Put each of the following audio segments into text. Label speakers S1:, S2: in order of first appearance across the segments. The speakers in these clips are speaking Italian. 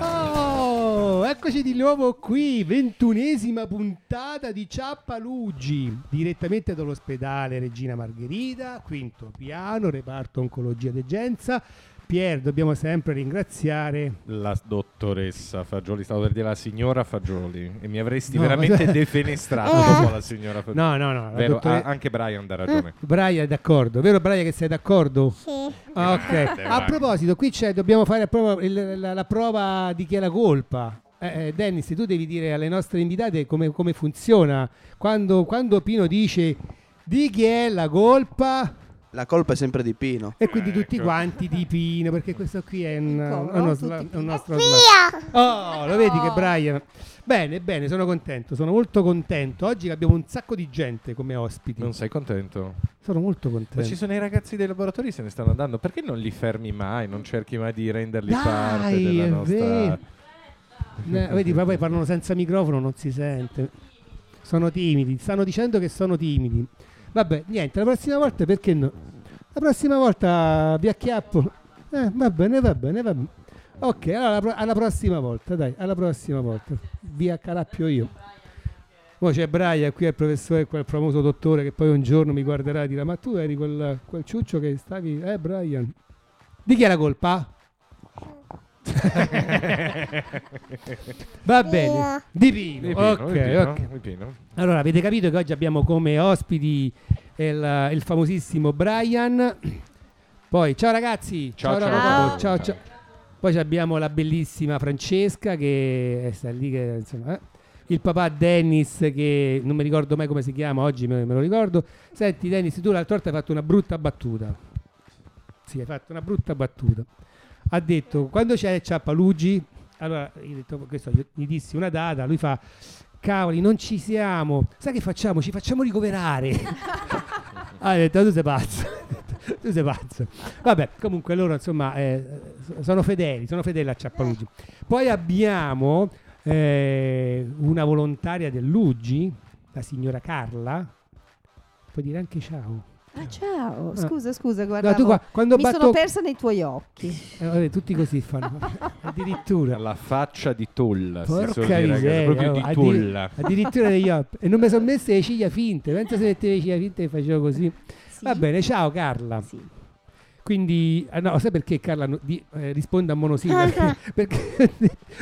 S1: Oh, eccoci di nuovo qui, ventunesima puntata di Ciappalugi, direttamente dall'ospedale Regina Margherita, quinto piano, reparto oncologia degenza. Pier, dobbiamo sempre ringraziare.
S2: La dottoressa Fagioli, stavo per dire la signora Fagioli e mi avresti
S1: No,
S2: veramente
S1: ma-
S2: defenestrato
S1: Eh.
S2: dopo la signora Fagioli.
S1: No, no, no, la
S2: Vero,
S1: dottore- Eh.
S2: ah, anche Brian dà ragione.
S1: Brian è d'accordo, vero Brian che sei d'accordo?
S3: Sì.
S1: Ah, Ok,
S2: Grande,
S1: a
S2: vai.
S1: proposito, qui c'è, dobbiamo fare a prova- il- la, la prova di chi è la colpa. Eh, eh, Dennis, tu devi dire alle nostre invitate come, come funziona. Quando, quando Pino dice di chi è la colpa
S4: La colpa è sempre di Pino.
S1: e quindi tutti
S2: Ecco.
S1: quanti di Pino, perché questo qui è un,
S3: Come?
S1: uno
S3: Tutti
S1: sla-
S3: Pino.
S1: un nostro... sla-
S3: Via!
S1: Oh, lo vedi che
S3: Oh.
S1: Brian... Bene, bene, sono contento, sono molto contento. Oggi abbiamo un sacco di gente come ospiti.
S2: Non sei contento?
S1: Sono molto
S2: Ma ci
S1: contento.
S2: sono i ragazzi dei laboratori che se ne stanno andando. Perché non li fermi mai? Non cerchi mai di renderli
S1: Dai,
S2: parte della
S1: è
S2: nostra...
S1: vero. Eh, vedi, ma poi parlano senza microfono, non si sente. Sono timidi, stanno dicendo che sono timidi. Vabbè, niente, la prossima volta perché no? La prossima volta vi acchiappo. Eh, va bene, va bene, va bene. Ok, allora alla, pro- alla prossima volta, dai, alla prossima volta. Vi accalappio io. Poi c'è Braia, qui è il professore, quel famoso dottore che poi un giorno mi guarderà e dirà ma tu eri quel, quel ciuccio che stavi... Eh, Brian. Di chi è la colpa? Va bene, di Pino.
S2: Di Pino,
S1: ok,
S2: di Pino,
S1: ok.
S2: di Pino.
S1: Allora, avete capito che oggi abbiamo come ospiti il, il famosissimo Brian. Poi, ciao ragazzi.
S2: Ciao, ciao,
S1: Robocop,
S2: ciao.
S1: ciao, ciao. Poi ci abbiamo la bellissima Francesca che sta lì, che, insomma, eh. il papà Dennis che non mi ricordo mai come si chiama, oggi me, me lo ricordo. Senti Dennis, tu l'altra volta hai fatto una brutta battuta. Sì, hai fatto una brutta battuta. Ha detto, quando c'è Ciappalugi, allora io ho detto, questo, io gli dissi una data, lui fa, cavoli, non ci siamo, sai che facciamo? Ci facciamo ricoverare. ah, ho detto, tu sei pazzo. tu sei pazzo. Vabbè, comunque loro insomma eh, sono fedeli, sono fedeli a Ciappalugi. Poi abbiamo eh, una volontaria dell'Uggi, la signora Carla. Puoi dire anche ciao.
S3: Ah, ciao,
S1: Ah.
S3: scusa, scusa, guarda.
S1: No, tu qua, quando
S3: Mi
S1: batto...
S3: sono persa nei tuoi occhi.
S1: Eh, vabbè, tutti così fanno. Addirittura.
S2: La faccia di Tolla. si suol
S1: Porca
S2: dire, ragazzi,
S1: miseria,
S2: Proprio
S1: oh,
S2: di
S1: addir-
S2: Tolla.
S1: addirittura degli op- e non mi sono messe le ciglia finte. Pensa se mettevo le ciglia finte e facevo così.
S3: Sì.
S1: Va bene, ciao Carla.
S3: Sì.
S1: Quindi, ah, no, sai perché Carla no- di- eh, risponde a
S3: Ah,
S1: monosillabo? perché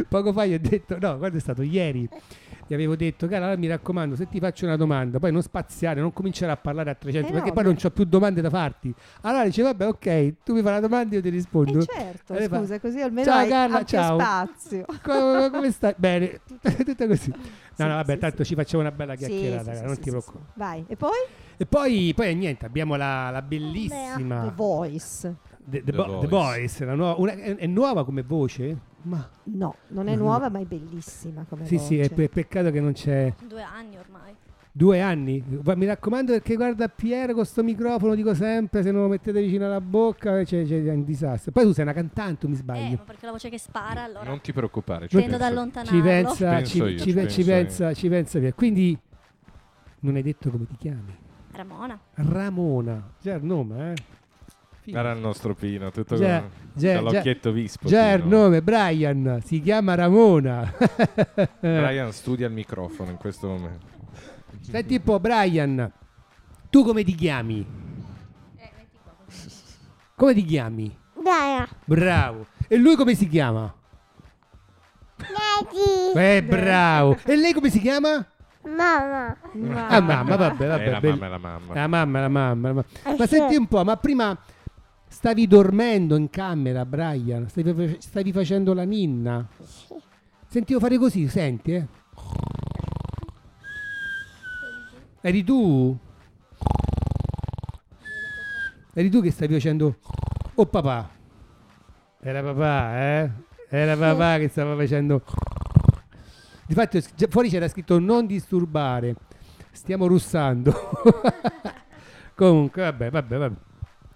S1: poco fa gli ho detto, no, guarda, è stato ieri. Gli avevo detto, Carla, allora mi raccomando, se ti faccio una domanda, poi non spaziare, non cominciare a parlare a 300,
S3: Eh,
S1: perché
S3: no,
S1: poi
S3: beh.
S1: non ho più domande da farti. Allora dice, vabbè, ok, tu mi fai la domanda e io ti rispondo.
S3: Eh, certo,
S1: Eh, va.
S3: scusa, così almeno
S1: Ciao,
S3: hai
S1: Carla,
S3: ampio
S1: ciao.
S3: spazio.
S1: come, come stai? Bene, tutto così. No,
S3: Sì,
S1: no, vabbè,
S3: sì,
S1: tanto ci facciamo una bella
S3: Sì,
S1: chiacchierata,
S3: sì,
S1: cara,
S3: sì,
S1: non
S3: sì,
S1: ti
S3: sì,
S1: preoccupare.
S3: sì. Vai. E poi?
S1: E poi, poi niente, abbiamo la, la
S3: The
S1: bellissima
S3: Voice.
S1: The, The
S2: The
S1: Bo- The
S2: Voice.
S1: Boys, la nuova- una- è, è nuova come voce? Ma
S3: No, non è
S1: No, no.
S3: nuova, ma è bellissima come
S1: sì, sì, è
S3: voce.
S1: pe- peccato che non c'è
S5: Due anni ormai.
S1: due anni. Va- Mi raccomando perché guarda Pier con sto microfono, dico sempre, se non lo mettete vicino alla bocca eh, c'è, c'è un disastro. Poi tu sei una cantante, o mi
S5: Eh,
S1: sbaglio.
S5: ma perché la voce che spara, allora
S2: Non ti preoccupare. ci
S5: tendo ad
S2: penso.
S5: allontanarlo.
S1: ci pensa,
S2: Penso
S1: ci,
S2: io,
S1: ci pe- ci
S2: ci penso io.
S1: pensa, ci pensa Pier. Quindi non hai detto come ti chiami?
S5: Ramona.
S1: Ramona, già il nome, eh? Figo.
S2: Era il nostro Pino, tutto
S1: Già,
S2: con-
S1: già,
S2: dall'occhietto vispo.
S1: Già il
S2: Pino.
S1: nome, Brian, si chiama Ramona. Eh.
S2: Brian studia il microfono in questo momento.
S1: Senti un po', Brian, tu come ti chiami? Come ti chiami?
S3: Dai,
S1: Bravo. E lui come si chiama? Eh, bravo. E lei come si chiama?
S3: mamma.
S1: Ah, mamma, vabbè, vabbè.
S2: Eh, la
S1: bell-
S2: mamma è la mamma.
S1: La mamma, la mamma, la mamma.
S3: Eh,
S1: Ma
S3: sì.
S1: senti un po', ma prima stavi dormendo in camera, Brian? Stavi, fa- stavi facendo la ninna? Sentivo fare così, senti, eh? Eri tu? Eri tu che stavi facendo... Oh papà! Era papà, eh? Era papà che stava facendo... Difatti già fuori c'era scritto non disturbare. Stiamo russando. Comunque, vabbè, vabbè, vabbè.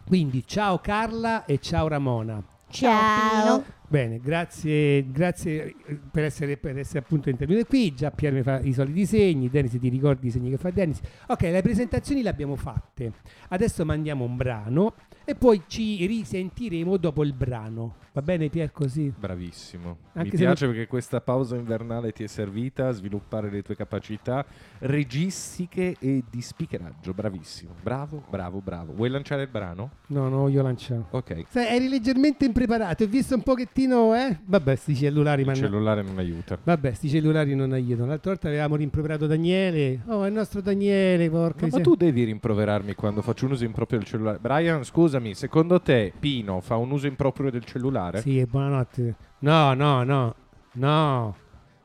S1: Quindi, ciao Carla e ciao Ramona.
S3: Ciao.
S1: Bene, grazie, grazie eh, per essere, per essere appunto intervenuto qui. Già Pier mi fa i soliti segni, Dennis ti ricordi i segni che fa Dennis. Ok, le presentazioni le abbiamo fatte. Adesso mandiamo un brano E poi ci risentiremo dopo il brano. Va bene, Pier, così?
S2: Bravissimo.
S1: Anche
S2: Mi
S1: se-
S2: piace perché questa pausa invernale ti è servita a sviluppare le tue capacità registiche e di speakeraggio. Bravissimo. Bravo, bravo, bravo. Vuoi lanciare il brano?
S1: No, no, io lancio.
S2: Ok.
S1: Sai, eri leggermente impreparato, hai visto un pochettino, eh? Vabbè, sti cellulari,
S2: Il
S1: manna-
S2: cellulare non aiuta.
S1: Vabbè, sti cellulari non aiutano. L'altra volta avevamo rimproverato Daniele. Oh, è il nostro Daniele, porca
S2: Ma, ma
S1: miseria.
S2: tu devi rimproverarmi quando faccio un uso improprio del cellulare. Brian, scusami, secondo te Pino fa un uso improprio del cellulare?
S1: Sì, e buonanotte. No, no, no. No.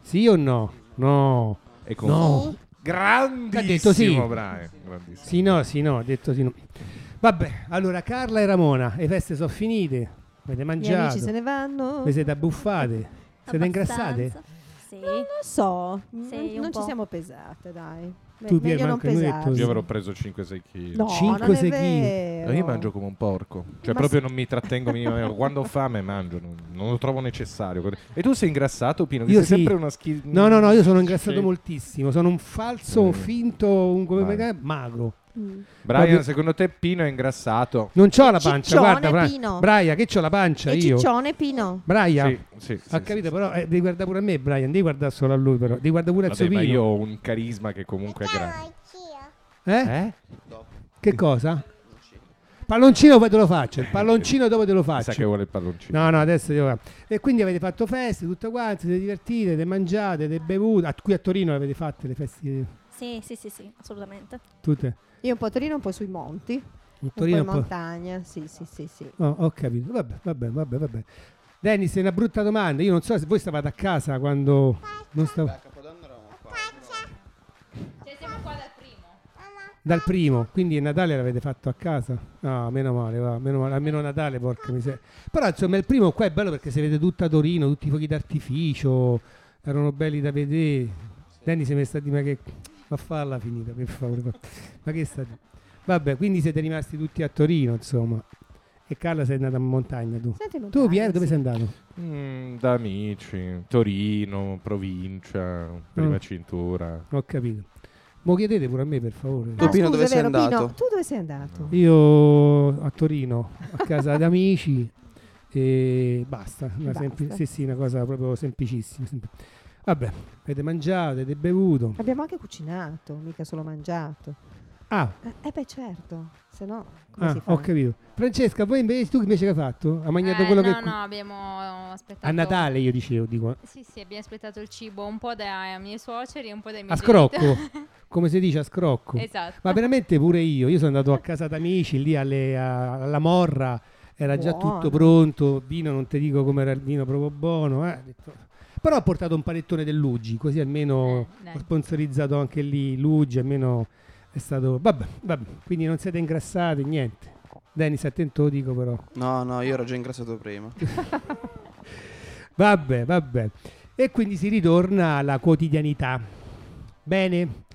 S1: Sì o no? No.
S2: E con-
S1: No.
S2: Grandissimo,
S1: Ha detto sì.
S2: Brian. Grandissimo.
S1: Sì, no, sì, no, ho detto sì, no. Vabbè, allora Carla e Ramona, le feste sono finite. Avete
S3: Gli amici se
S1: mangiato,
S3: ne vanno.
S1: vi siete abbuffate, siete ingrassate.
S5: Abbastanza. Sì.
S3: Non lo so, mm,
S5: Sì, un
S3: non ci
S5: po'.
S3: siamo pesate, dai. Me-
S1: Tu, Pier,
S3: meglio non
S1: manco hai detto
S3: pesarsi.
S2: Io avrò preso 5-6 kg.
S3: No,
S1: Cinque,
S3: non è
S1: sei chili.
S3: vero.
S2: Io mangio come un porco, cioè
S3: Ma
S2: proprio
S3: sì.
S2: non mi trattengo minimamente. Quando ho fame mangio, non, non lo trovo necessario. E tu sei ingrassato, Pino? Che
S1: Io
S2: sei
S1: sì.
S2: sempre una schi-
S1: No, no, no, io sono ingrassato
S2: Sì.
S1: moltissimo, sono un falso, un
S2: Sì.
S1: finto, un come
S2: Vai.
S1: chiama? magro.
S3: Mm.
S2: Brian,
S1: Proprio-
S2: secondo te Pino è ingrassato?
S1: Non c'ho la pancia,
S3: Ciccione,
S1: guarda, Bra-
S3: Pino.
S1: Braia, che c'ho la
S2: Cioè
S1: pancia
S3: E
S1: io.
S3: ciccione Pino.
S1: Braia.
S2: Sì, sì, sì,
S1: Ho
S2: sì,
S1: capito,
S2: sì.
S1: però eh, devi guardare pure a me, Brian, devi guardare solo a lui, però. Devi guardare pure a
S2: Vabbè,
S1: Zopino.
S2: ma io ho un carisma che comunque è grande.
S1: Eh?
S2: Eh?
S1: Che cosa? Palloncino poi te lo faccio, il palloncino dopo te lo
S2: Mi sa che
S1: faccio.
S2: vuole il palloncino.
S1: No, no, adesso io... E quindi avete fatto feste, tutto quanto, siete divertite, siete mangiate, siete bevute. Ah, qui a Torino le avete fatte le feste
S5: Sì, sì, sì, sì, assolutamente.
S1: tutte.
S3: Io un po' a Torino, un po' sui monti, un
S1: In
S3: po' in
S1: Torino un po'...
S3: montagna. Sì, sì, sì, sì.
S1: No, Oh, ho capito. Vabbè, vabbè, vabbè, vabbè. Dennis, è una brutta domanda. Io non so se voi stavate a casa quando... Non stavo...
S4: Capodanno eravamo qua.
S1: Dal primo, quindi Natale l'avete fatto a casa? No, meno male, va, meno male, almeno Natale, porca miseria. Però insomma il primo qua è bello perché si vede tutta Torino, tutti i fuochi d'artificio, erano belli da vedere. Danny si è messo a dire, ma che... Ma farla finita, per favore. ma- Ma che sta... Vabbè, quindi siete rimasti tutti a Torino, insomma. E Carla sei andata in montagna tu.
S3: Senti, in
S1: Tu,
S3: montagna,
S1: Pier, dove
S3: sì.
S1: sei andato?
S2: Mm, da amici, Torino, provincia, prima
S1: Mm.
S2: cintura.
S1: Ho capito. Mo chiedete pure a me, per favore.
S4: Tu, Pino,
S3: scusa,
S4: dove
S3: è
S4: sei
S3: vero,
S4: andato?
S3: Pino, tu dove sei andato?
S1: Io a Torino, a casa di amici e basta. Una sempli-
S3: Basta.
S1: sì, sì, una cosa proprio semplicissima. sempl- Vabbè, avete mangiato, avete bevuto.
S3: Abbiamo anche cucinato, mica solo mangiato.
S1: Ah,
S3: Eh, eh beh, certo, se no come
S1: ah,
S3: si fa?
S1: ho capito. Francesca, voi invece, tu invece che hai fatto? Hai mangiato
S6: Eh,
S1: quello
S6: no,
S1: che...
S6: no, abbiamo eh, aspettato.
S1: A Natale io dicevo, dico. eh.
S6: Sì, sì, abbiamo aspettato il cibo un po' dai miei suoceri e un po' dai miei
S1: A
S6: genitori.
S1: scrocco, come si dice a scrocco.
S6: esatto.
S1: Ma veramente pure io, io sono andato a casa d'amici, lì alle- a- alla Morra, era già
S3: Buono.
S1: tutto pronto, vino non ti dico come era il vino proprio buono, eh. Ho detto- però ho portato un palettone del Luigi, così almeno
S6: Eh, dai.
S1: ho sponsorizzato anche lì Luigi, almeno è stato... Vabbè, vabbè, quindi non siete ingrassati, niente. Denis, attento lo dico però.
S4: No, no, io ero già ingrassato prima.
S1: Vabbè, vabbè. E quindi si ritorna alla quotidianità. Bene.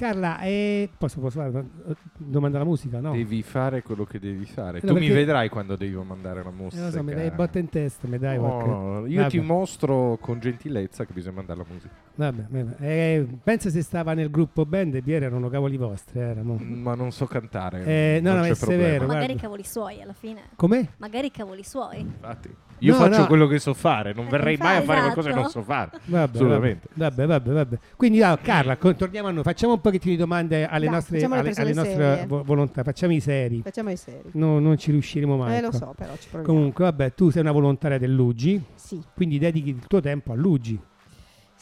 S1: Carla, eh, posso, posso fare una eh, domanda alla musica? No.
S2: Devi fare quello che devi fare.
S1: No,
S2: tu mi
S1: perché-
S2: vedrai quando devo mandare la
S1: Eh,
S2: musica.
S1: lo so, mi dai botta in testa, mi dai
S2: No,
S1: qualche...
S2: no, Oh, io ti
S1: Vabbè.
S2: mostro con gentilezza che bisogna mandare la musica.
S1: Vabbè, vabbè. Eh, pensa se stava nel gruppo band e Pier erano cavoli vostri, eh, erano.
S2: Ma non so cantare.
S1: Eh, no,
S2: non
S1: no,
S2: c'è
S1: è
S2: problema.
S1: severo.
S5: Magari
S1: guarda.
S5: cavoli suoi alla fine.
S1: Com'è?
S5: Magari cavoli suoi.
S2: Infatti, io
S1: No,
S2: faccio
S1: no.
S2: quello che so fare, non
S5: Eh,
S2: verrei mai a
S5: infatti,
S2: fare qualcosa che non
S5: esatto.
S2: so fare.
S1: Vabbè,
S2: Assolutamente.
S1: Vabbè, vabbè, vabbè. Quindi ah, Carla, con- torniamo a noi, facciamo un pochettino di domande alle
S3: Dai,
S1: nostre,
S3: facciamo le
S1: alle, alle
S3: persone
S1: nostre
S3: serie.
S1: vo- volontà, facciamo i seri.
S3: Facciamo i seri.
S1: No, non ci riusciremo mai.
S3: eh, lo
S1: qua.
S3: so, però ci proviamo.
S1: Comunque, vabbè, tu sei una volontaria del Luigi,
S3: Sì,
S1: quindi dedichi il tuo tempo a Luigi.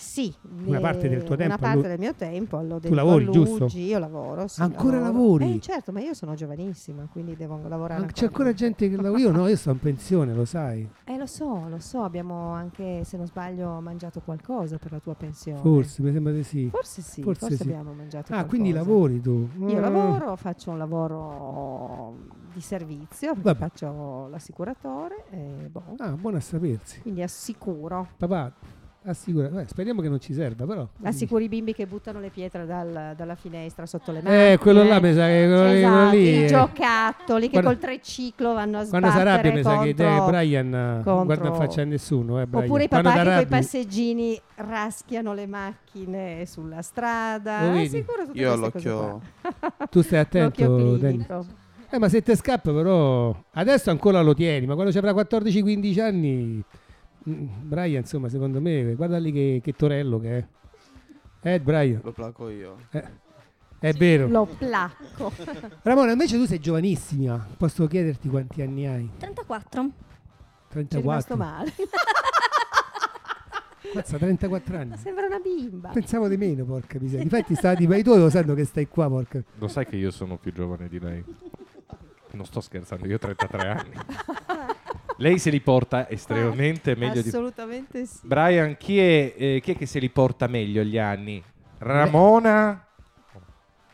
S3: sì. eh,
S1: Una parte del tuo tempo
S3: Una
S1: allo-
S3: parte del mio tempo lo dedico
S1: lavori,
S3: a
S1: giusto?
S3: Luigi, Io lavoro, sì,
S1: Ancora
S3: lavoro.
S1: lavori?
S3: Eh, certo, ma io sono giovanissima, quindi devo lavorare
S1: Anche- C'è ancora gente che lavora. Io no, io sto in pensione, lo sai.
S3: Eh, lo so, lo so, abbiamo anche, se non sbaglio, mangiato qualcosa per la tua pensione.
S1: Forse, mi sembra di sì.
S3: Forse sì,
S1: Forse
S3: forse,
S1: sì.
S3: abbiamo mangiato
S1: Ah,
S3: qualcosa.
S1: quindi lavori tu?
S3: Io
S1: Mm.
S3: lavoro, faccio un lavoro di servizio, perché
S1: Vabbè.
S3: faccio l'assicuratore e boh,
S1: Ah, buono a sapersi.
S3: quindi assicuro.
S1: Papà, assicura. beh, speriamo che non ci serva, però.
S3: Assicuri i bimbi che buttano le pietre dal- dalla finestra sotto le mani.
S1: Eh, quello là mi sa che quello lì- quello
S3: Esatto,
S1: lì.
S3: i
S1: eh,
S3: giocattoli che
S1: Guarda-
S3: col triciclo vanno a
S1: Quando si arrabbia mi
S3: sbattere
S1: sa che te,
S3: contro-
S1: Brian eh,
S3: contro-
S1: guarda in faccia a nessuno. Eh, Brian.
S3: Oppure i
S1: Quando
S3: papà che
S1: t'arrabbi-
S3: coi passeggini raschiano le macchine sulla
S1: Lo
S3: strada.
S1: vedi?
S3: Assicuro tutte
S4: Io ho
S3: queste cose
S4: l'occhio.
S3: qua.
S1: Tu stai attento,
S3: L'occhio
S1: Dennis.
S3: clinico.
S1: Eh, ma se te scappa però... Adesso ancora lo tieni, ma quando ci avrà 14-15 anni... mm, Brian, insomma, secondo me, guarda lì che, che torello che è. Eh, Brian, eh,
S4: Lo placo io.
S1: è vero.
S3: Lo placco.
S1: Ramona, invece tu sei giovanissima. Posso chiederti quanti anni hai?
S5: 34.
S3: Ci è
S1: 34.
S3: rimasto male.
S1: Mazza, 34 anni.
S3: Sembra una bimba.
S1: Pensavo di meno, porca miseria. Infatti stava di ma i tuoi lo sanno che stai qua, porca.
S2: Lo sai che io sono più giovane di lei? Non sto scherzando, io ho 33 anni. Lei se li porta
S3: Ah,
S2: estremamente meglio di...
S3: Assolutamente sì.
S2: Brian, chi è, eh, chi è che se li porta meglio gli anni? Ramona?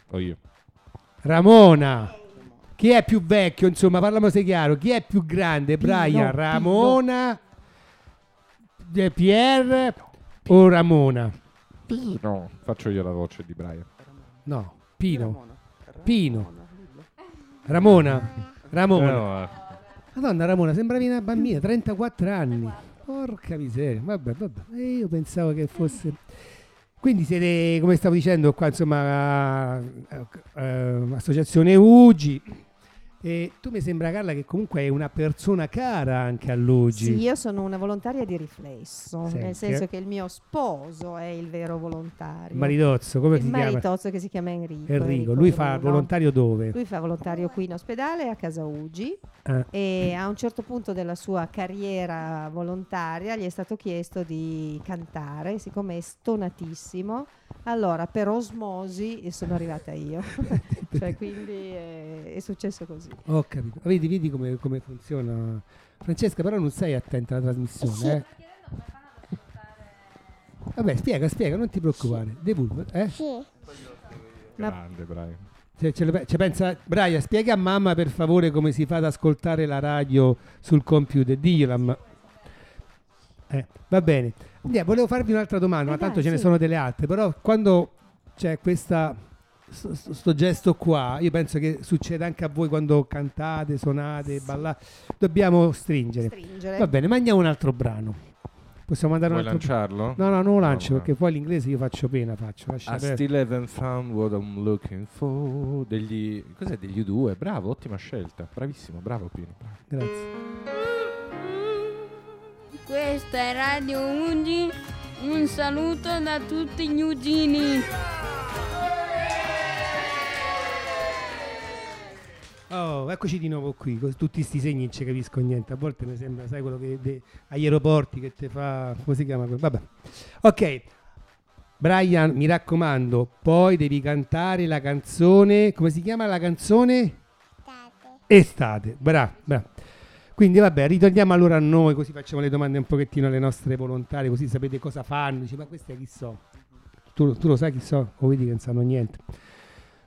S2: O io?
S1: Ramona. Chi è più vecchio, insomma, parliamoci chiaro. Chi è più grande,
S3: Pillo,
S1: Brian,
S3: pillo.
S1: Ramona, eh, Pierre o Ramona?
S2: No, faccio io la voce di Brian.
S1: No, Pino.
S4: Ramona.
S1: Pino.
S4: Ramona.
S1: Ramona. Ramona.
S2: No, eh.
S1: Madonna, Ramona, sembravi una bambina, 34 anni. Porca miseria. Vabbè, vabbè. E io pensavo che fosse... Quindi siete, come stavo dicendo, qua insomma, eh, eh, associazione UGI. E tu mi sembra, Carla, che comunque è una persona cara anche all'UGI.
S3: Sì, io sono una volontaria di riflesso,
S1: Senti, eh.
S3: nel senso che il mio sposo è il vero volontario.
S1: Maridozzo, come
S3: il
S1: si chiama?
S3: maritozzo che si chiama Enrico.
S1: Enrico, lui fa
S3: Bruno.
S1: volontario dove?
S3: Lui fa volontario qui in ospedale a Casa Ugi
S1: Ah.
S3: e a un certo punto della sua carriera volontaria gli è stato chiesto di cantare, siccome è stonatissimo, allora per osmosi sono arrivata io, cioè quindi eh, è successo così.
S1: Ho capito. Ah, Vedi, vedi come, come funziona. Francesca, però non sei attenta alla trasmissione. eh. Vabbè, spiega, spiega, non ti preoccupare. Devolve, eh?
S3: Ma-
S2: Grande Brian.
S1: Ce- ce lo pe- ce pensa- Braia, spiega a mamma per favore come si fa ad ascoltare la radio sul computer. Digliela. ma- Eh, va bene. Andiamo, volevo farvi un'altra domanda,
S3: Eh
S1: ma tanto
S3: dai,
S1: ce ne
S3: sì.
S1: sono delle altre. Però quando c'è questa, sto, sto- sto gesto qua, io penso che succeda anche a voi quando cantate, suonate, ballate. Dobbiamo stringere.
S3: Stringere.
S1: Va bene, mandiamo un altro brano. Possiamo mandare un
S2: Vuoi
S1: altro
S2: lanciarlo?
S1: No, no, non lo lancio
S2: No, Ah, no.
S1: perché poi l'inglese io faccio pena, faccio. lascia
S2: I
S1: perdere.
S2: still haven't found what I'm looking for. Degli. Cos'è degli U2? Bravo, ottima scelta. Bravissimo, bravo Pino.
S1: Grazie.
S7: Questa è Radio Ungi, un saluto da tutti gli Ugini.
S1: Oh, eccoci di nuovo qui, con tutti questi segni non ci capisco niente, a volte mi sembra, sai quello che de- agli aeroporti che ti fa, come si chiama? quello? Vabbè. Ok, Brian, mi raccomando, poi devi cantare la canzone, come si chiama la canzone? Estate. Bra, bra. Quindi vabbè, ritorniamo allora a noi, così facciamo le domande un pochettino alle nostre volontarie, così sapete cosa fanno, dici, ma queste chi so? Tu, lo- tu lo sai chi so? O vedi che non sanno niente.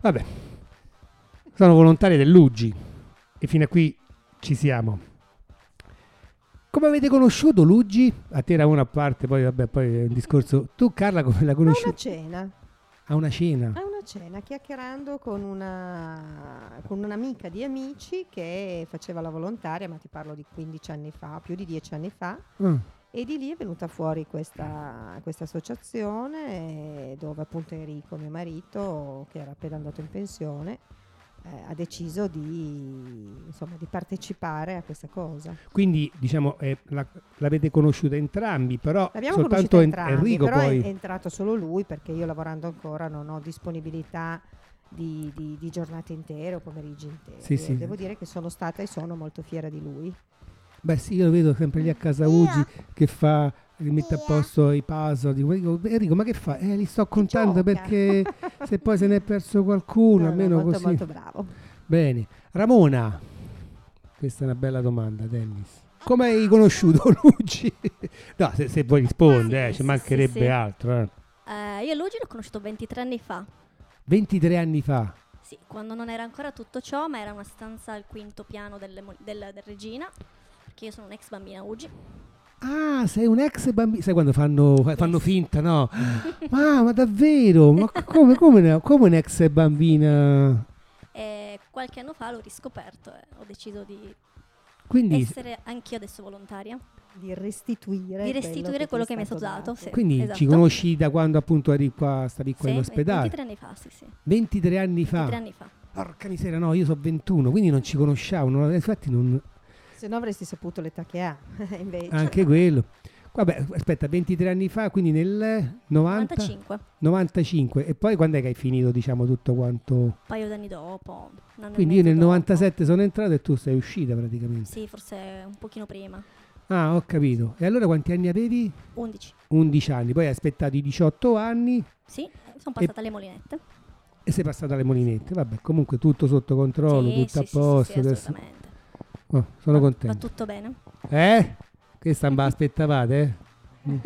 S1: Vabbè, sono volontarie dell'UGI e fino a qui ci siamo. Come avete conosciuto l'UGI? A te Ramona a parte, poi vabbè, poi è un discorso. Tu Carla come l'hai
S3: A una
S1: conosciuta?
S3: cena,
S1: A una cena.
S3: a una cena, chiacchierando con, una, con un'amica di amici che faceva la volontaria, ma ti parlo di 15 anni fa, più di 10 anni fa,
S1: Ah,
S3: E di lì è venuta fuori questa, questa associazione eh, dove appunto Enrico, mio marito, che era appena andato in pensione, eh, ha deciso di, insomma, di partecipare a questa cosa.
S1: Quindi diciamo eh, la- l'avete conosciuta entrambi, però
S3: L'abbiamo
S1: soltanto
S3: conosciuto
S1: En-
S3: entrambi,
S1: Enrico
S3: però
S1: poi.
S3: è è entrato solo lui perché io lavorando ancora non ho disponibilità di, di- di giornate intere o pomeriggi interi.
S1: Sì, sì.
S3: E Devo dire che sono stata e sono molto fiera di lui.
S1: Beh sì, io lo vedo sempre lì a casa Ugi che fa che mette a posto i puzzle. Dico, dico, Enrico, ma che fa? Eh, li sto contando
S3: gioca."
S1: perché se poi se ne è perso qualcuno,
S3: No, no,
S1: almeno
S3: molto,
S1: così.
S3: molto bravo.
S1: Bene, Ramona, questa è una bella domanda, Dennis. Come hai conosciuto Luigi? No, se, se vuoi rispondere, eh,
S5: Sì,
S1: ci
S5: sì,
S1: mancherebbe
S5: sì, sì.
S1: altro. eh.
S5: Eh, io Luigi l'ho conosciuto 23 anni fa.
S1: 23 anni fa,
S5: Sì, quando non era ancora tutto ciò, ma era una stanza al quinto piano delle mo- del, del Regina. Perché io sono un'ex bambina Ugi.
S1: Ah, sei un ex bambino. Sai quando fanno, fa- fanno finta, no? Ah, ma, ma davvero? Ma c- come, come ne- come un'ex bambina?
S5: E qualche anno fa l'ho riscoperto e ho deciso di
S1: Quindi,
S5: essere anch'io adesso volontaria.
S3: Di restituire,
S5: di restituire quello che, mi è stato dato. sì,
S1: quindi ci
S5: esatto.
S1: conosci da quando appunto eri qua, stavi qua
S5: Sì,
S1: in ospedale? Ah.
S5: 23 anni fa, sì, sì.
S1: 23 anni fa.
S5: 23 anni fa.
S1: Porca miseria, no, io so 21, quindi non ci conosciamo. non- infatti, non,
S3: Se no avresti saputo l'età che ha, invece.
S1: anche quello. Vabbè, aspetta, 23 anni fa, quindi nel 90,
S5: 95, un
S1: 95. E poi quando è che hai finito, diciamo, tutto quanto?
S5: paio d'anni dopo. un anno e
S1: Quindi io
S5: mezzo
S1: nel
S5: dopo.
S1: 97 sono entrato e tu sei uscita praticamente.
S5: Sì, forse un pochino prima.
S1: Ah, ho capito. E allora quanti anni avevi?
S5: 11.
S1: 11 anni. Poi hai aspettato i 18 anni
S5: Sì, sono passata alle molinette.
S1: e sei passata alle molinette. Vabbè, comunque tutto sotto controllo,
S5: sì,
S1: tutto
S5: sì,
S1: a
S5: sì, sì,
S1: posto.
S5: sì,
S1: adesso-
S5: assolutamente.
S1: Oh, sono
S5: Va
S1: contento.
S5: tutto bene.
S1: Eh? Questa non ve l'aspettavate? Eh? Mm.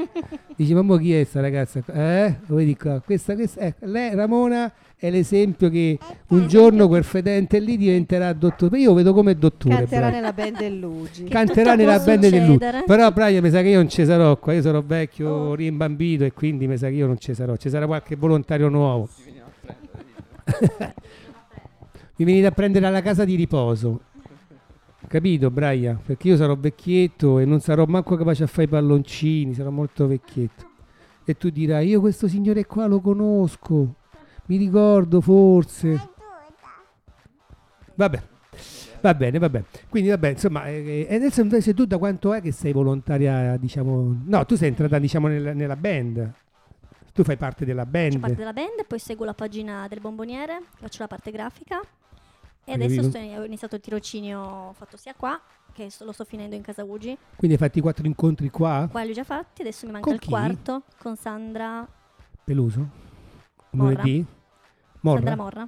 S1: Dici, ma mo chi è sta ragazza? qua? Eh? Lo vedi qua? Questa, questa, ecco, lei, Ramona è l'esempio
S5: Eh,
S1: che un giorno quel fedente lì diventerà dottore. Io vedo come dottore.
S3: Canterà
S1: Brian.
S3: nella band del Lugi.
S1: Canterà
S5: tutto
S1: nella
S5: può
S1: band di lui.
S5: succedere.
S1: Però Brian mi sa che io non ci sarò qua, io sarò vecchio,
S5: Oh.
S1: rimbambito e quindi mi sa che io non ci sarò. Ci sarà qualche volontario nuovo. Mi venite a prendere alla casa di riposo. Capito, Brian? Perché io sarò vecchietto e non sarò manco capace a fare i palloncini, sarò molto vecchietto. E tu dirai, io questo signore qua lo conosco, mi ricordo forse. Vabbè, va bene, va bene. Quindi vabbè, insomma, eh, eh, adesso invece tu da quanto è che sei volontaria, diciamo... No, tu sei entrata, diciamo, nella, nella band. Tu fai parte della
S5: Faccio parte
S1: band.
S5: della band e poi seguo la pagina del bomboniere, faccio la parte grafica. E
S1: Hai
S5: adesso
S1: capito?
S5: sto- ho iniziato il tirocinio fatto sia qua, che so- lo sto finendo in casa Ugi.
S1: Quindi hai fatto i quattro incontri qua,
S5: Qua li ho già fatti, adesso mi manca
S1: Con
S5: il
S1: chi?
S5: quarto con Sandra,
S1: Peluso?
S5: Morra.
S1: Lunedì?
S5: Sandra
S1: Morra?
S5: Morra.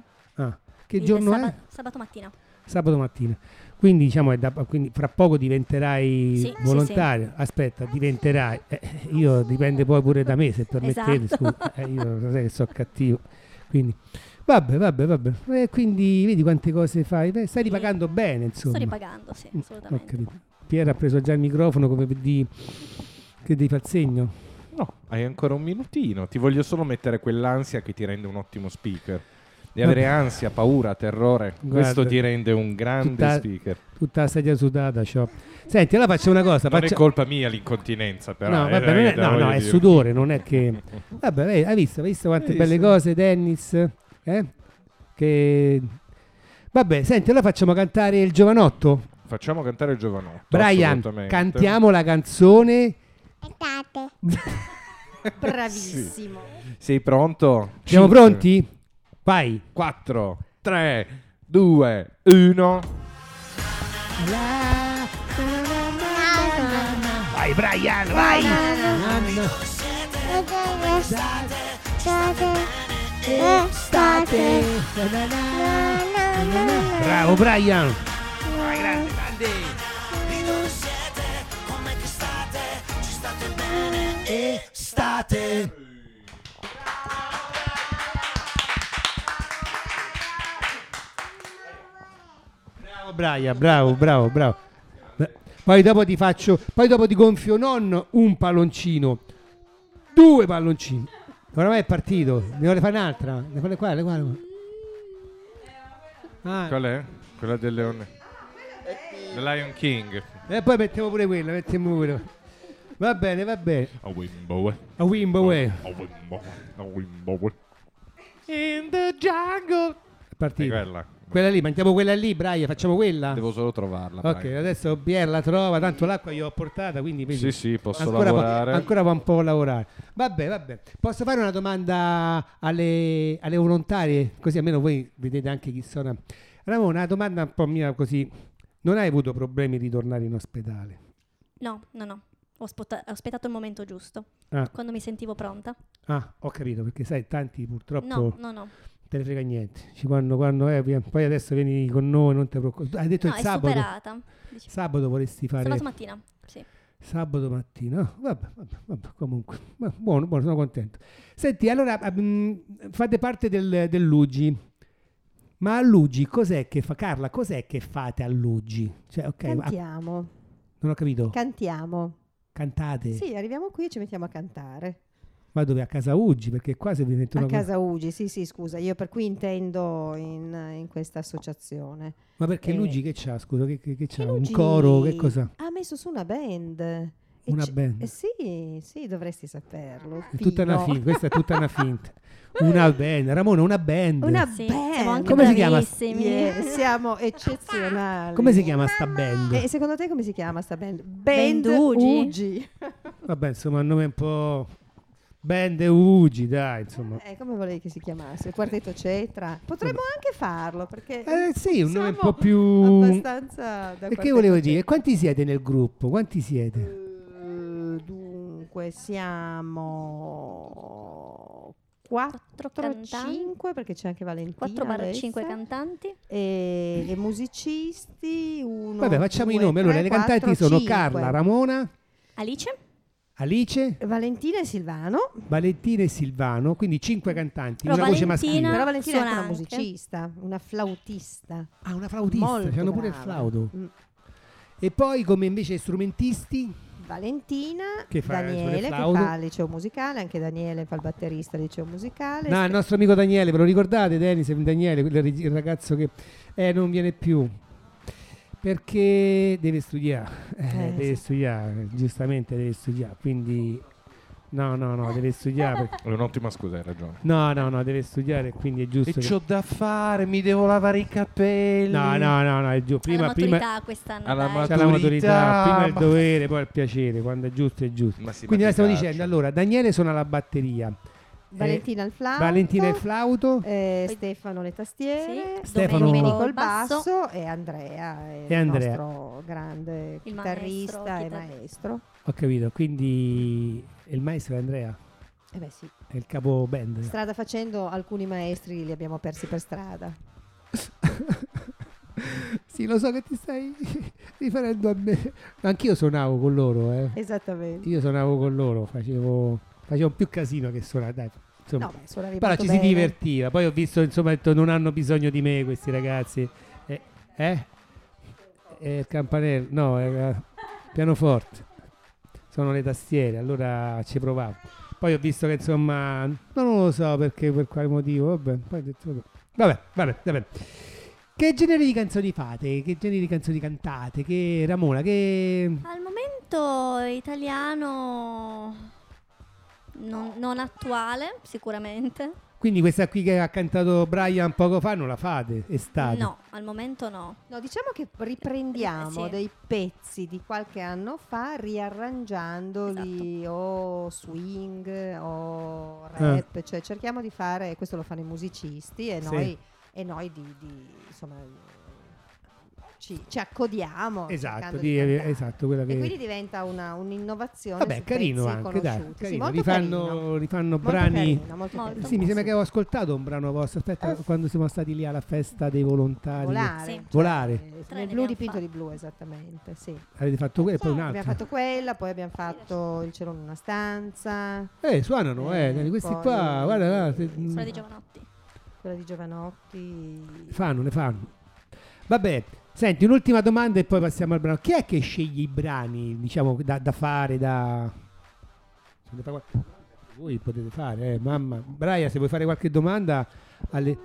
S1: Ah, che
S5: Il
S1: giorno
S5: saba-
S1: è?
S5: Sabato mattina.
S1: Sabato mattina. Quindi diciamo è da- quindi fra poco diventerai
S5: Sì, sì,
S1: volontario. Aspetta, diventerai. eh, io dipende poi pure da me, se permettete,
S5: Esatto.
S1: scusa. Eh, io lo sai che sono cattivo. Quindi vabbè, vabbè, vabbè. Eh, quindi vedi quante cose fai. Beh, stai
S5: Sì.
S1: ripagando bene, insomma.
S5: Sto ripagando, sì,
S1: Mm, Ho
S5: assolutamente.
S1: capito. Pier ha preso già il microfono come per di che devi far segno.
S2: No, hai ancora un minutino. Ti voglio solo mettere quell'ansia che ti rende un ottimo speaker. Di avere ansia, paura, terrore. Questo
S1: Guarda.
S2: ti rende un grande
S1: Tutta-
S2: speaker.
S1: Tutta la sedia sudata, c'ho. Senti, allora faccio una cosa,
S2: Non è
S1: faccia-
S2: colpa mia l'incontinenza, però.
S1: no,
S2: eh,
S1: vabbè,
S2: dai,
S1: non è,
S2: te
S1: no,
S2: lo
S1: no,
S2: voglio
S1: è
S2: dire.
S1: sudore, non è che... Vabbè, lei- hai visto, hai visto quante
S2: Hai
S1: belle
S2: visto?
S1: cose, Dennis? Eh? Che... Vabbè, senti, allora facciamo cantare il giovanotto.
S2: Facciamo cantare il giovanotto.
S1: Brian,
S2: assolutamente.
S1: cantiamo la canzone.
S3: Bravissimo.
S2: Sei pronto?
S1: Siamo
S2: Cinque,
S1: pronti? Vai.
S2: 4, 3, 2, 1.
S1: Vai, Brian, vai. Bravo, Brian. Bravo Brian, bravo, bravo, bravo. Beh, Poi dopo ti faccio, poi dopo ti gonfio non un palloncino, due palloncini. Oramai è partito, ne vuole fare un'altra? Ne vuole qua, ne vuole qua. Ah,
S2: Qual è? Quella del leone. The Lion King.
S1: e poi mettiamo pure quella, mettiamo pure. Va bene, va bene.
S2: A Wimbo. eh.
S1: A Wimbo Way.
S2: A Wimbo. A Wimbo. In the jungle.
S1: È
S2: È
S1: partito.
S2: quella.
S1: Quella lì, mandiamo quella lì, Brian, facciamo quella.
S2: Devo solo trovarla.
S1: Ok,
S2: Brian.
S1: adesso Pier la trova, tanto l'acqua io ho portata, quindi vedi.
S2: Sì, sì, posso
S1: ancora, può-
S2: lavorare.
S1: ancora può un po' lavorare. Vabbè, vabbè. Posso fare una domanda alle, alle volontarie? Così almeno voi vedete anche chi sono. Ramona, una domanda un po' mia così. Non hai avuto problemi di tornare in ospedale?
S5: No, no, no. Ho, spotta- ho aspettato il momento giusto.
S1: Ah.
S5: Quando mi sentivo pronta.
S1: Ah, ho capito, perché sai, tanti purtroppo
S5: No, no, no.
S1: te ne frega niente. Ci quando, quando è, via- poi adesso vieni con noi, non ti preoccupare. Hai detto
S5: No,
S1: il
S5: è
S1: sabato.
S5: superata. Dici-
S1: Sabato vorresti fare...
S5: Sabato mattina, sì.
S1: Sabato mattina, Oh, vabbè, vabbè, vabbè, comunque, Ma buono, buono, sono contento. Senti, allora ah, mh, fate parte del, del Lugi, ma a Lugi cos'è che fa? Carla, cos'è che fate a Lugi? Cioè, ok, ma-
S3: Cantiamo,
S1: non ho capito,
S3: cantiamo.
S1: cantate,
S3: Sì, arriviamo qui e ci mettiamo a cantare.
S1: ma dove? A casa Uggi, perché qua se vi mette una
S3: A
S1: cosa-
S3: casa Ugi, sì, sì, scusa, io per cui intendo in, in questa associazione.
S1: Ma perché
S3: Eh.
S1: Lugi che c'ha, scusa, che, che- che c'ha?
S3: Che
S1: Un
S3: Luigi
S1: coro, che cosa?
S3: Ha messo su una band E
S1: Una
S3: ci-
S1: band.
S3: eh, sì, sì, dovresti saperlo.
S1: È tutta una
S3: figo.
S1: finta, questa è tutta una finta. Una band, Ramona, una band.
S3: Una
S5: Sì, siamo
S3: band.
S5: anche
S1: Come si chiama?
S5: bravissimi.
S3: Yeah, siamo eccezionali.
S1: Come si chiama sta band?
S3: E secondo te come si chiama sta band?
S5: Band
S3: Band
S5: Ugi.
S3: Ugi.
S1: Vabbè, insomma, il nome è un po'... Band e Ugi, dai, insomma.
S3: Eh, come volevi che si chiamasse? Il quartetto Cetra. Potremmo anche farlo perché
S1: Eh sì, un nome un
S3: siamo
S1: po' più...
S3: abbastanza da
S1: Perché
S3: quartetto
S1: volevo
S3: Cetra.
S1: dire, quanti siete nel gruppo? Quanti siete?
S3: Eh, Dunque siamo 4
S5: cantanti.
S3: 5 perché c'è anche Valentina
S5: 4
S3: adesso.
S5: 5 cantanti.
S3: e, e musicisti uno,
S1: Vabbè, facciamo i
S3: due,
S1: nomi. Allora,
S3: tre,
S1: le
S3: quattro,
S1: cantanti sono
S3: cinque.
S1: Carla, Ramona,
S5: Alice?
S1: Alice,
S3: Valentina e Silvano
S1: Valentina e Silvano, quindi cinque cantanti,
S5: Però
S1: una voce
S5: Valentina-
S1: maschile.
S3: però Valentina è anche una
S5: anche.
S3: musicista una flautista
S1: Ah, una flautista,
S3: molto
S1: c'hanno pure il
S3: brava.
S1: flauto.
S3: Mm.
S1: E poi come invece strumentisti?
S3: Valentina
S1: Che fa il
S3: Daniele che
S1: flauto.
S3: fa il liceo musicale anche Daniele fa il batterista al liceo musicale
S1: No, eh, il nostro amico Daniele, ve lo ricordate? Denis Daniele, quel rag- il ragazzo che eh, non viene più. Perché deve studiare, Eh,
S3: Eh,
S1: deve studiare, giustamente deve studiare, quindi no, no, no, deve studiare. per-
S2: È un'ottima scusa, hai ragione.
S1: No, no, no, deve studiare, quindi è giusto.
S2: E
S1: che-
S2: c'ho da fare, mi devo lavare i capelli.
S1: No, no, no, no, è giusto.
S5: Prima,
S1: Prima,
S5: maturità
S1: prima
S5: quest'anno.
S2: alla
S5: dai.
S1: c'è la maturità,
S2: Maturità,
S1: prima il
S2: ma-
S1: dovere, poi il piacere, quando è giusto è giusto.
S2: Ma sì,
S1: Quindi
S2: ma
S1: noi
S2: ti
S1: stiamo
S2: piace.
S1: dicendo, allora, Daniele suona la batteria, Eh,
S3: Valentina al flauto
S1: Valentina il flauto
S3: eh, Stefano le tastiere
S5: Sì.
S1: Stefano-
S3: Domenico il
S5: il basso.
S3: basso, e Andrea è
S1: E
S3: il
S1: Andrea.
S3: nostro grande
S5: Il
S3: chitarrista
S5: maestro,
S3: e
S5: chitarra-
S3: maestro
S1: Ho capito, quindi il maestro è Andrea,
S3: eh beh sì
S1: è il capo band.
S3: Strada facendo, alcuni maestri li abbiamo persi per strada.
S1: sì, lo so che ti stai riferendo a me. Anch'io suonavo con loro, eh.
S3: Esattamente.
S1: Io suonavo con loro, facevo, facevo più casino che suonare, dai. Insomma.
S3: No, beh, suonavi
S1: Però
S3: molto
S1: ci si
S3: bene.
S1: divertiva. Poi ho visto, insomma, ho detto, non hanno bisogno di me questi ragazzi. Eh? eh? Eh, il campanello, no, eh, pianoforte. Sono le tastiere, allora ci provavo. Poi ho visto che, insomma, non lo so perché, per quale motivo. Vabbè, poi ho detto, vabbè. Vabbè, vabbè, vabbè. Che genere di canzoni fate? Che genere di canzoni cantate? Che Ramona, che...
S5: Al momento italiano non, non attuale, sicuramente.
S1: Quindi questa qui che ha cantato Brian poco fa non la fate? Estate?
S5: No, al momento no.
S3: No, diciamo che riprendiamo
S5: Eh, sì.
S3: dei pezzi di qualche anno fa riarrangiandoli
S5: Esatto.
S3: o swing o rap, cioè cerchiamo di fare, questo lo fanno i musicisti e
S1: Eh. Sì.
S3: noi, e noi di, di- insomma ci, ci accodiamo.
S1: Esatto,
S3: cercando
S1: di-
S3: cantare.
S1: esatto, quella
S3: E
S1: che...
S3: quindi diventa una- un'innovazione.
S1: Vabbè,
S3: su
S1: carino
S3: pezzi
S1: anche, dai.
S3: conosciuti. Sì,
S1: carino.
S3: molto
S1: rifanno,
S3: carino.
S1: rifanno
S3: Molto
S1: brani.
S3: carino, molto
S5: Molto.
S3: carino.
S1: Sì, mi sembra che avevo ascoltato un brano vostro. Aspetta,
S3: Eh.
S1: quando siamo stati lì alla festa dei volontari,
S3: volare.
S5: Sì.
S3: cioè,
S1: Volare.
S3: eh,
S5: Tre ne
S3: nel blu
S5: abbiamo
S3: dipinto
S5: fatti.
S3: di blu, esattamente, sì.
S1: avete fatto quello e poi un'altra.
S3: cioè. Abbiamo fatto quella, poi abbiamo fatto il cielo in una stanza,
S1: Eh, suonano, eh,
S3: Eh,
S1: questi
S3: poi-
S1: qua, guarda, guarda, se-
S5: Quella
S1: mh,
S5: di Giovanotti.
S3: quella di Giovanotti.
S1: fanno, ne fanno. Vabbè, senti, un'ultima domanda e poi passiamo al brano. Chi è che sceglie i brani, diciamo, da, da fare, da... Se volete fare qualche domanda, Voi potete fare, eh, mamma. Braia, se vuoi fare qualche domanda alle...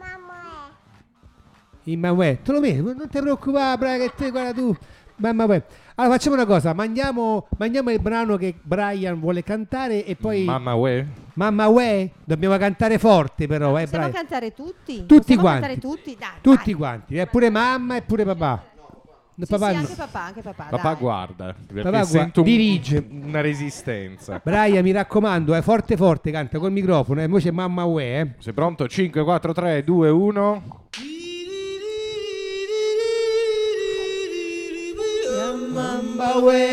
S1: In Manuè, te lo metto, non ti preoccupare, Braia, che te guarda tu. Mamma uè. Allora facciamo una cosa, mandiamo, mandiamo il brano che Brian vuole cantare e poi...
S2: Mamma uè.
S1: Mamma uè, dobbiamo cantare forte però, eh
S3: Possiamo
S1: Brian.
S3: cantare tutti?
S1: Tutti
S3: Possiamo
S1: quanti.
S3: cantare tutti? Dai,
S1: Tutti
S3: dai.
S1: quanti, eh, pure mamma e pure papà. No,
S3: Sì,
S1: papà
S3: sì,
S1: no.
S3: anche papà, anche papà.
S2: Papà
S3: dai.
S2: guarda, perché
S1: Papà gua-
S2: sento un-
S1: dirige.
S2: una resistenza.
S1: Brian, mi raccomando, è forte forte, canta col microfono, e invece mamma uè, eh.
S2: Sei pronto? 5, 4, 3, 2, 1.
S1: Mamma uè.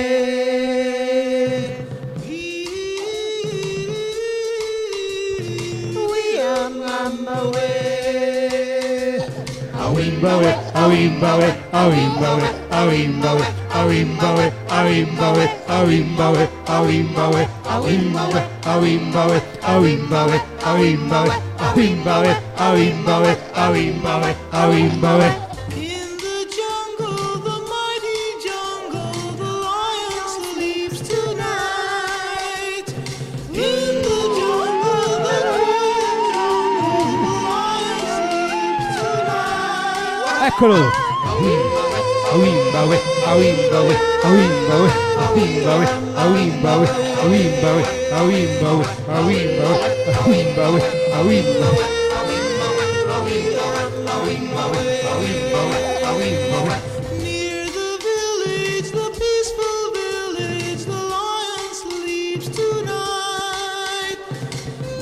S8: In the jungle, the mighty jungle, the lion sleeps tonight. In the jungle, the great jungle, the lion sleeps tonight.
S1: Eccolo. Awimbawe, awimbawe, awimbawe, Awimbawe, awimbawe, awimbawe, awimbawe, awimbawe, awimbawe, awimbawe.
S8: Near the village, the peaceful village, the lion sleeps tonight.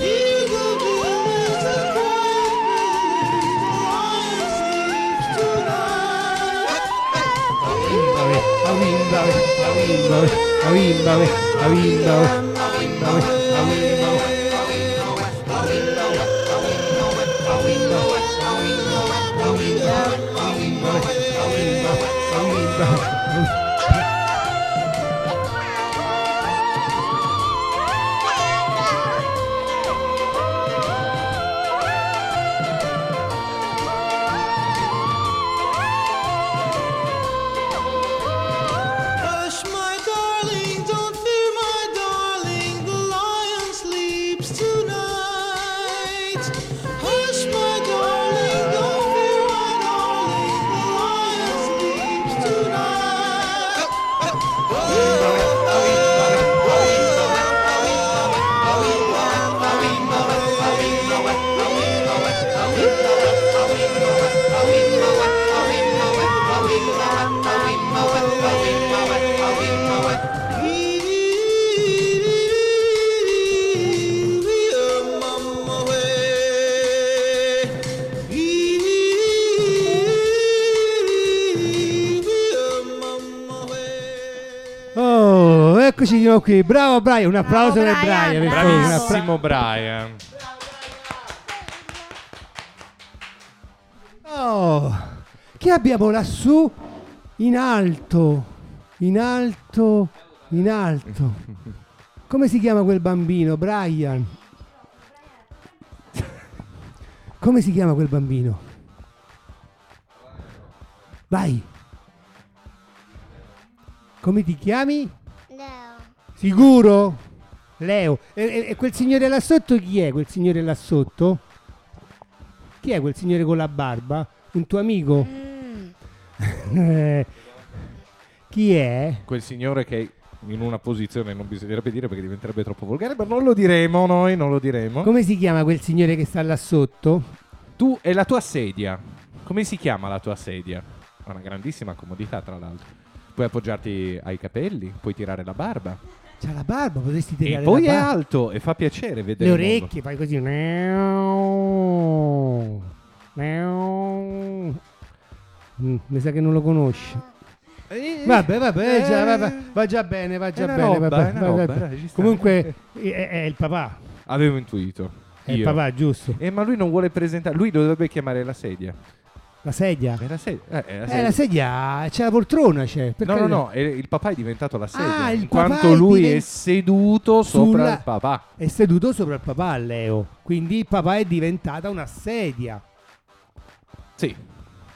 S8: Near the village, the quiet village, the lion sleeps tonight.
S1: Awimbawe, awimbawe, awimbawe, awimbawe, awimbawe, awimbawe, awimbawe.
S8: Hush, my darling, don't fear, my darling, the lion sleeps tonight. Hush, my darling, don't fear, my darling, the lion sleeps tonight.
S1: Oh, eccoci di nuovo qui. Bravo Brian, un applauso
S3: Bravo,
S1: per Brian.
S3: Brian,
S1: per favore, un appla-
S2: Bravissimo Brian.
S1: Oh, che abbiamo lassù in alto, in alto, in alto. Come si chiama quel bambino? Brian. Come si chiama quel bambino? Vai. Come ti chiami?
S9: Leo,
S1: Sicuro? Leo. E, e- e quel signore là sotto chi è quel signore là sotto? Chi è quel signore con la barba? Un tuo amico?
S2: Mm.
S1: Eh, chi è?
S2: Quel signore che è in una posizione non bisognerebbe dire perché diventerebbe troppo volgare, ma non lo diremo noi, non lo diremo.
S1: Come si chiama quel signore che sta là sotto?
S2: Tu e la tua sedia. Come si chiama la tua sedia? Ha una grandissima comodità, tra l'altro. Puoi appoggiarti ai capelli, puoi tirare la barba.
S1: C'ha la barba, potresti
S2: E
S1: tirare la
S2: poi è
S1: barba.
S2: alto e fa piacere vedere
S1: Le
S2: il mondo.
S1: orecchie, fai così. Miau. Miau. Mm, Mi sa che non lo conosci.
S2: Eh,
S1: Vabbè, vabbè,
S2: eh,
S1: già, va, va- va già bene, va già
S2: una
S1: bene.
S2: roba,
S1: va-
S2: è una
S1: va-
S2: roba,
S1: va-
S2: dai, ci sta.
S1: Comunque è, è il papà,
S2: Avevo intuito.
S1: è il
S2: Io.
S1: papà, giusto.
S2: Eh, ma lui non vuole presentare. Lui dovrebbe chiamare la sedia.
S1: La sedia.
S2: È la sedia. eh, è la
S1: Eh,
S2: sedia.
S1: la sedia, c'è la poltrona, c'è. per
S2: No, no,
S1: carità.
S2: no, eh, il papà è diventato la sedia.
S1: Ah, il
S2: in
S1: papà
S2: quanto
S1: è
S2: lui
S1: diven-
S2: è seduto sopra
S1: Sulla-
S2: il papà.
S1: È seduto sopra il papà, Leo. Quindi il papà è diventata una sedia.
S2: Sì.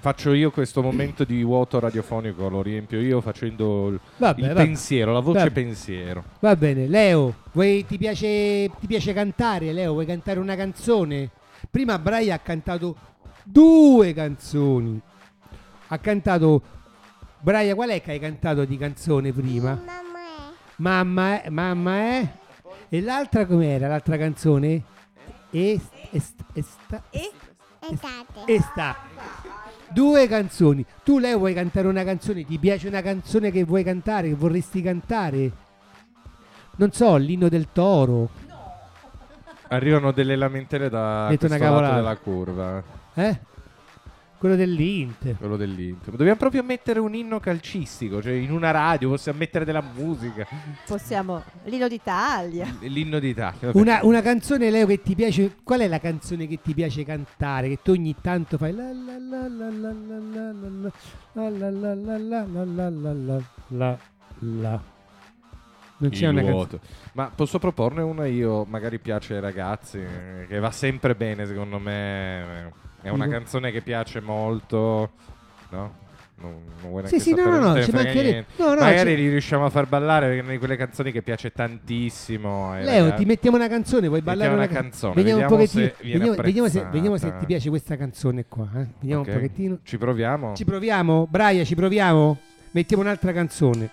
S2: Faccio io questo momento di vuoto radiofonico, lo riempio io facendo il,
S1: Vabbè,
S2: il
S1: va-
S2: pensiero, la voce
S1: vabbè.
S2: pensiero.
S1: Va bene, Leo, vuoi- ti, piace, ti piace cantare, Leo? Vuoi cantare una canzone? Prima Brian ha cantato due canzoni. Ha cantato... Brian, qual è che hai cantato di canzone prima?
S9: mamma è
S1: Mamma è... Mamma è... E l'altra com'era? L'altra canzone? Est, est, est,
S9: estate.
S1: e sta due canzoni tu lei vuoi cantare una canzone ti piace una canzone che vuoi cantare che vorresti cantare non so l'inno del toro
S2: Arrivano delle lamentele da
S1: Detto
S2: questo
S1: una
S2: lato
S1: cavolata.
S2: della curva,
S1: eh quello dell'Inter
S2: quello dell'intro. Dobbiamo proprio mettere un inno calcistico, cioè in una radio possiamo mettere della musica,
S3: Possiamo. Lino d'Italia.
S2: l'inno d'Italia. vabbè.
S1: una, una canzone Leo che ti piace qual è la canzone che ti piace cantare che tu ogni tanto fai la la la la la la la la la la la la la la la la la la non c'è
S2: Il
S1: una canzone
S2: vuoto. Ma posso proporne una io, magari piace ai ragazzi, eh, che va sempre bene secondo me. È una
S1: Il vu-
S2: canzone che piace molto, no? Non, non vuoi
S1: Sì,
S2: neanche
S1: sì, no,
S2: sapere,
S1: no,
S2: non te
S1: no,
S2: ne
S1: ci
S2: frega
S1: mancherebbe.
S2: niente.
S1: No, no,
S2: Magari
S1: ci-
S2: li riusciamo a far ballare perché è una di quelle canzoni che piace tantissimo. ai
S1: Leo,
S2: ragazzi.
S1: ti mettiamo una canzone, vuoi ballare
S2: Mettiamo
S1: una,
S2: una
S1: can-
S2: canzone,
S1: Vediamo, un
S2: vediamo
S1: pochettino.
S2: se viene
S1: vediamo, vediamo se,
S2: apprezzata.
S1: vediamo se ti piace questa canzone qua. eh. Vediamo
S2: Ok. Oh.
S1: un pochettino.
S2: Ci proviamo.
S1: Ci proviamo, Braia, ci proviamo. Mettiamo un'altra canzone.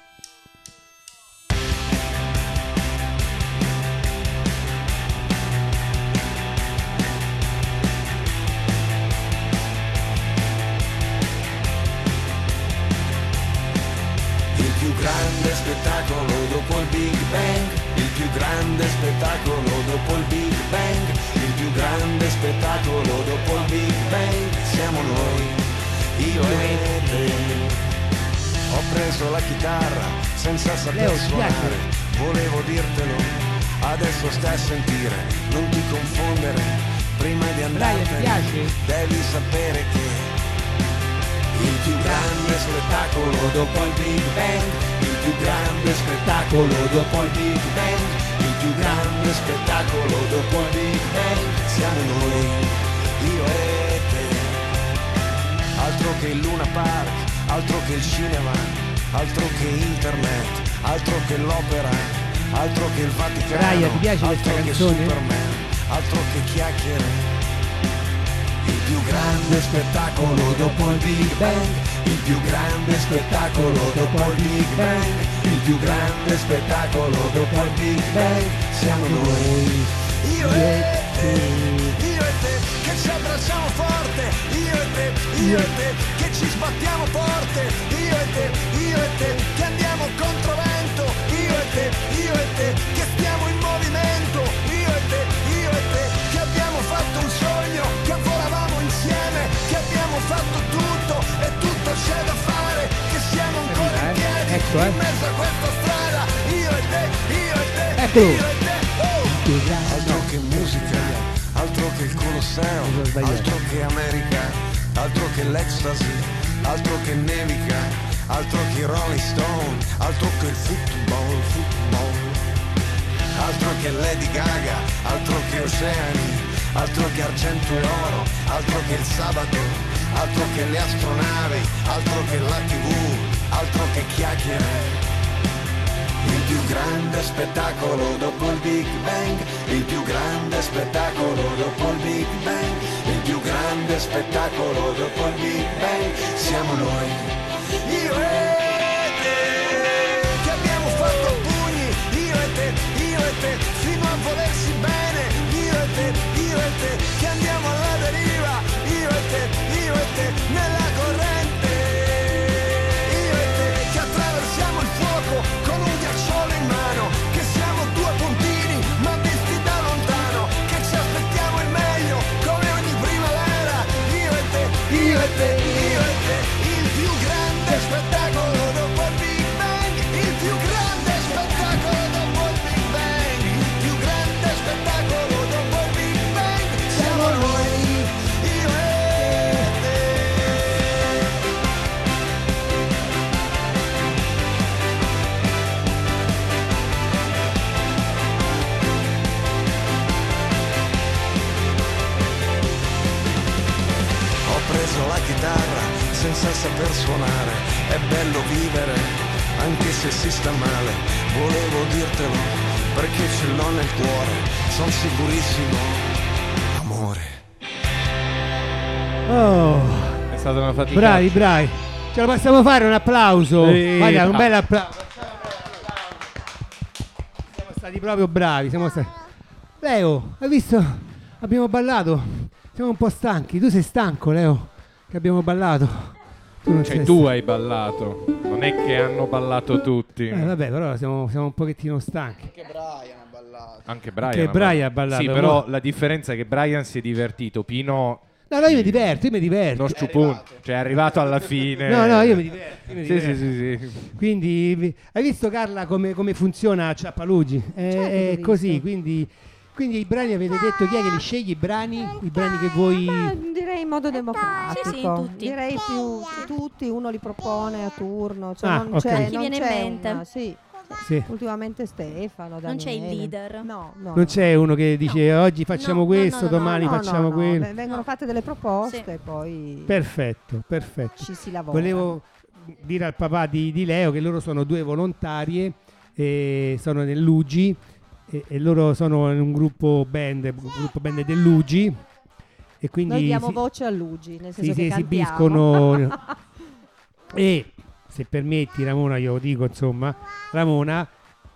S8: spettacolo dopo il Big Bang, il più grande spettacolo dopo il Big Bang, il più grande spettacolo dopo il Big Bang, siamo noi, io e te. Ho preso la chitarra senza saper
S1: Leo, ti
S8: suonare, volevo dirtelo, adesso stai a sentire, non ti confondere, prima di
S1: Brian, ti
S8: andartene
S1: piace?
S8: devi sapere che il più grande spettacolo dopo il Big Bang, il più grande spettacolo dopo il Big Bang, il più grande spettacolo dopo il Big Bang, siamo noi, io e te. Altro che il Luna Park, altro che il cinema, altro che internet, altro che l'opera, altro che il Vaticano,
S1: Brian, ti piace questa
S8: altro che
S1: canzone?
S8: Superman, altro che chiacchiere. Il più grande spettacolo dopo il Big Bang, il più grande spettacolo dopo il Big Bang, il più grande spettacolo dopo il Big Bang, siamo noi. Io e te, io e te, che ci abbracciamo forte, io e te, io e te, che ci sbattiamo forte, io e te, io e te, che andiamo contro vento, io e te, io e te, che stiamo in movimento, io e te, io e te, che abbiamo fatto un sogno, che volavamo insieme, che abbiamo fatto tutto e tutto c'è da fare, che siamo ancora in
S1: Eh,
S8: piedi,
S1: ecco, eh.
S8: in mezzo a questa strada, io e te, io e te,
S1: Eccolo.
S8: io e te, oh! Altro che musica, altro che il Colosseo,
S1: Mi sono sbagliato.
S8: altro che America, altro che l'ecstasy, altro che nevica, altro che i Rolling Stone, altro che il football, football altro che Lady Gaga, altro che oceani, altro che argento e oro, altro che il sabato, altro che le astronavi, altro che la tv, altro che chiacchiere. Il più grande spettacolo dopo il Big Bang, il più grande spettacolo dopo il Big Bang, il più grande spettacolo dopo il Big Bang, siamo noi. Io e te, che abbiamo fatto a pugni, io e te, io e te, fino a volersi bene, io e te, io e te, che andiamo alla deriva, io e te, io e te, nella corrente, io e te, che attraversiamo il fuoco con un ghiacciolo in mano, che siamo due puntini, ma visti da lontano, che ci aspettiamo il meglio, come ogni primavera, io e te, io e te, io e te, il più grande spettacolo dopo il Big Bang, il più grande spettacolo dopo il Big Bang, il più grande spettacolo dopo il Big Bang, siamo noi, io e te. Ho preso la chitarra senza saper suonare, è bello vivere, anche se si sta male, volevo dirtelo, perché ce l'ho nel cuore, sono sicurissimo, amore.
S1: Oh.
S2: È stata una fatica.
S1: Bravi, bravi. Ce lo possiamo fare un applauso.
S2: Sì.
S1: Vai, dai, un
S2: Ah.
S1: bel applauso. Siamo stati proprio bravi. Siamo stati... Leo, hai visto? Abbiamo ballato. Siamo un po' stanchi. Tu sei stanco, Leo, che abbiamo ballato. Tu non
S2: Cioè,
S1: sei
S2: tu hai ballato. Non è che hanno ballato tutti.
S1: stanco. Eh, vabbè, però siamo, siamo un pochettino stanchi.
S4: Anche Brian ha ballato.
S2: Anche Brian.
S1: Anche
S2: ha
S1: Brian
S2: ballato.
S1: ha ballato,
S2: Sì,
S1: mo-
S2: però la differenza è che Brian si è divertito. Pino
S1: No, no, io mi diverto, io mi diverto.
S2: lo sciupun. Cioè, è arrivato alla fine.
S1: No, no, io mi diverto. io mi
S2: Eh. Sì,
S1: diverto.
S2: sì, sì, sì.
S1: Quindi vi- hai visto Carla come, come funziona Ciappalugi? È,
S3: Certo che
S1: è
S3: l'ho visto.
S1: così, quindi, quindi i brani avete detto chi è che li sceglie i brani? I brani che voi...
S3: Ma direi in modo democratico,
S5: Sì, sì, tutti.
S3: direi più tutti, uno li propone a turno, cioè
S1: Ah,
S3: non
S1: ok.
S3: c'è,
S1: Chi
S3: non
S5: viene in
S3: c'è
S5: mente.
S3: una- sì,
S1: Sì.
S3: ultimamente Stefano,
S5: Non c'è il
S3: Daniele.
S5: leader.
S3: No, no,
S1: Non c'è uno che dice oggi facciamo
S5: No, no,
S1: questo,
S5: no, no,
S1: domani
S5: no,
S1: facciamo quello.
S3: v- Vengono
S5: No.
S3: fatte delle proposte
S5: Sì.
S3: e poi
S1: Perfetto, perfetto.
S3: ci si lavora.
S1: Volevo dire al papà di, di Leo che loro sono due volontarie, eh, sono nell'UGI e, e loro sono in un gruppo band, un gruppo band dell'UGI e quindi...
S3: Noi diamo
S1: si-
S3: voce a Luigi, nel senso
S1: si,
S3: che
S1: si
S3: cantiamo.
S1: esibiscono e se permetti Ramona io lo dico insomma Ramona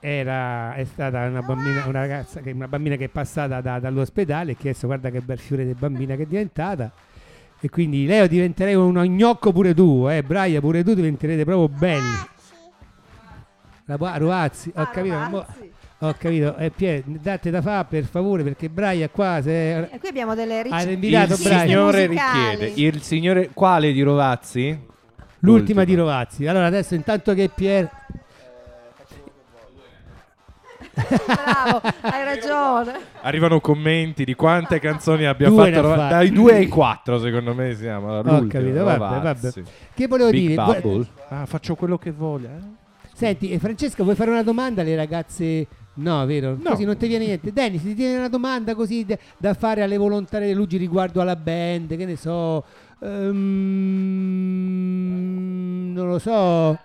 S1: era, è stata una bambina, una ragazza che, una bambina che è passata da- dall'ospedale e che adesso guarda che bel fiore di bambina che è diventata e quindi Leo diventerei un gnocco pure tu eh Braia pure tu diventerete proprio belli La Boa- Ruazzi, ho
S3: Ah,
S1: capito. ma mo-
S3: Rovazzi.
S1: Ho capito. Eh, Pier, date da fa per favore perché Braia qua se...
S3: E qui abbiamo delle
S1: ha
S3: ricette.
S1: rinviato
S2: il
S1: Braia.
S2: signore
S3: musicali.
S2: richiede. Il signore quale di Rovazzi?
S1: L'ultima di Rovazzi. Allora adesso intanto che Pier...
S3: Bravo, hai ragione.
S2: Arrivano commenti di quante canzoni abbia
S1: Due ne
S2: fatto
S1: ha
S2: Rovazzi.
S1: fatte.
S2: Dai 2 ai 4 secondo me siamo.
S1: Ho capito, vabbè, vabbè. Che volevo
S2: Big
S1: dire? Vo-
S2: Bubble. Ah, faccio quello che voglia. eh.
S1: Senti, eh, Francesca, vuoi fare una domanda alle ragazze? No, vero? Così non ti viene niente. Dennis, ti viene una domanda così da- da fare alle volontarie Luigi riguardo alla band, che ne so. Ehm, non lo so.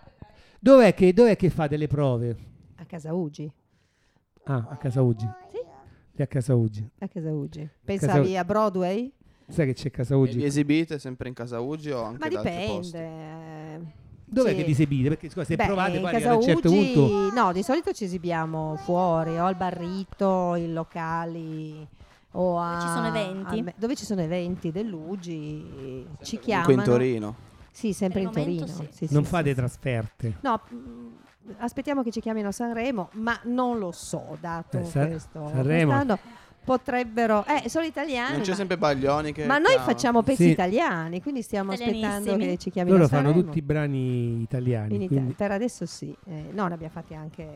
S1: Dov'è che, dov'è che fate le prove?
S3: A casa Ugi.
S1: Ah, a casa Uggi. Lì a casa Uggi.
S3: A casa Ugi. Pensavi a Broadway?
S1: Sai che c'è casa
S4: E vi
S1: Uggi?
S4: esibite sempre in casa Ugi o anche
S3: Ma
S4: da altri
S3: dipende.
S4: posti?
S3: eh,
S1: Dov'è
S3: sì.
S1: che vi esibite? Perché scusa, se
S3: Beh,
S1: provate
S3: in
S1: poi
S3: casa
S1: a un certo
S3: Ugi-
S1: punto...
S3: No, di solito ci esibiamo fuori, o al barrito, in locali. O a,
S5: Ci sono eventi?
S3: a me- dove ci sono eventi dell'Ugi ci chiamano
S4: Comunque in Torino.
S3: sì sempre
S5: Per
S3: in
S5: il momento
S3: Torino
S5: sì.
S3: Sì,
S1: Non
S3: sì,
S1: fate
S3: sì, sì.
S1: trasferte.
S3: no mh, aspettiamo che ci chiamino a Sanremo ma non lo so dato
S1: Eh, San-
S3: questo
S1: Sanremo.
S3: quest'anno potrebbero eh sono italiani
S4: Non c'è
S3: ma-
S4: sempre Baglioni che
S3: ma noi
S4: chiama.
S3: facciamo pezzi
S1: Sì.
S3: italiani, quindi stiamo aspettando
S5: Italianissimi.
S3: che ci chiamino
S1: Loro
S3: a
S1: fanno
S3: Sanremo.
S1: tutti i brani
S3: In
S1: italiani,
S3: Ita-
S1: quindi
S3: Per adesso sì, eh, no, ne abbiamo fatti anche...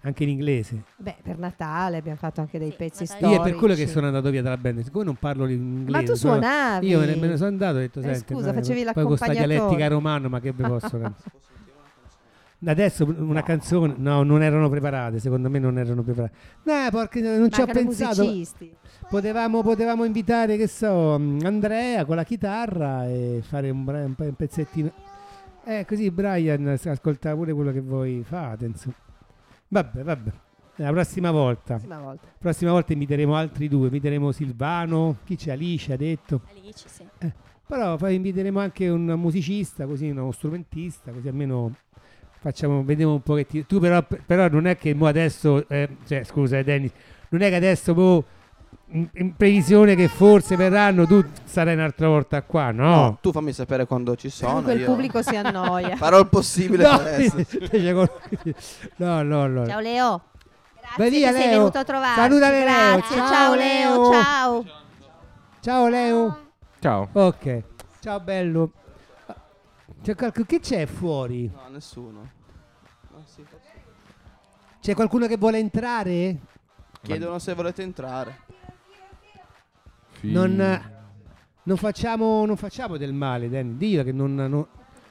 S1: anche in inglese.
S3: Beh, per Natale abbiamo fatto anche dei
S5: Sì,
S3: pezzi
S5: Natale.
S1: Io
S3: storici.
S1: è per quello che sono andato via dalla band, siccome non parlo l'inglese.
S3: Ma tu
S1: sono-
S3: suonavi?
S1: Io me ne, me ne sono andato e ho detto,
S3: Eh,
S1: senti,
S3: scusa,
S1: no, poi
S3: facevi
S1: con sta
S3: l'accompagnatore."
S1: dialettica romano, ma che vi posso cantare? Adesso una canzone, no, non erano preparate, secondo me non erano preparate. No, porca, non ci ho
S3: Mancano i
S1: pensato.
S3: musicisti.
S1: Potevamo, potevamo invitare, che so, mh, Andrea con la chitarra e fare un, bra- un pe- un pezzettino. Eh, così Brian s- ascolta pure quello che voi fate, insomma. Vabbè, vabbè. Eh, La prossima volta.
S3: Prossima volta.
S1: Prossima volta inviteremo altri due, inviteremo Silvano, chi c'è Alice ha detto,
S5: Alice, sì.
S1: però poi inviteremo anche un musicista, così uno strumentista, così almeno facciamo, vediamo un pochettino. Tu però, però non è che mo adesso, eh, cioè scusa eh, Dennis, non è che adesso mo, in, in previsione che forse verranno, tu sarai un'altra volta qua, no?
S4: Oh, Tu fammi sapere quando ci sono.
S3: Comunque il
S4: io
S3: pubblico si annoia.
S4: Farò il possibile
S1: No,
S4: per essere.
S1: invece con- no, no, no.
S3: Ciao Leo. Grazie
S1: Vai via,
S3: che sei
S1: Leo.
S3: venuto a trovarci.
S1: Saluta Leo.
S3: Grazie.
S1: Ciao,
S3: Ciao, Leo.
S1: Leo.
S3: Ciao.
S1: Ciao Leo.
S2: Ciao.
S1: Ok, ciao bello. C'è qualche- che c'è fuori?
S4: No, nessuno. No, sì, forse.
S1: C'è qualcuno che vuole entrare?
S4: Chiedono se volete entrare.
S1: Non, eh. non facciamo, non facciamo del male, Danny. Dillo che non. non-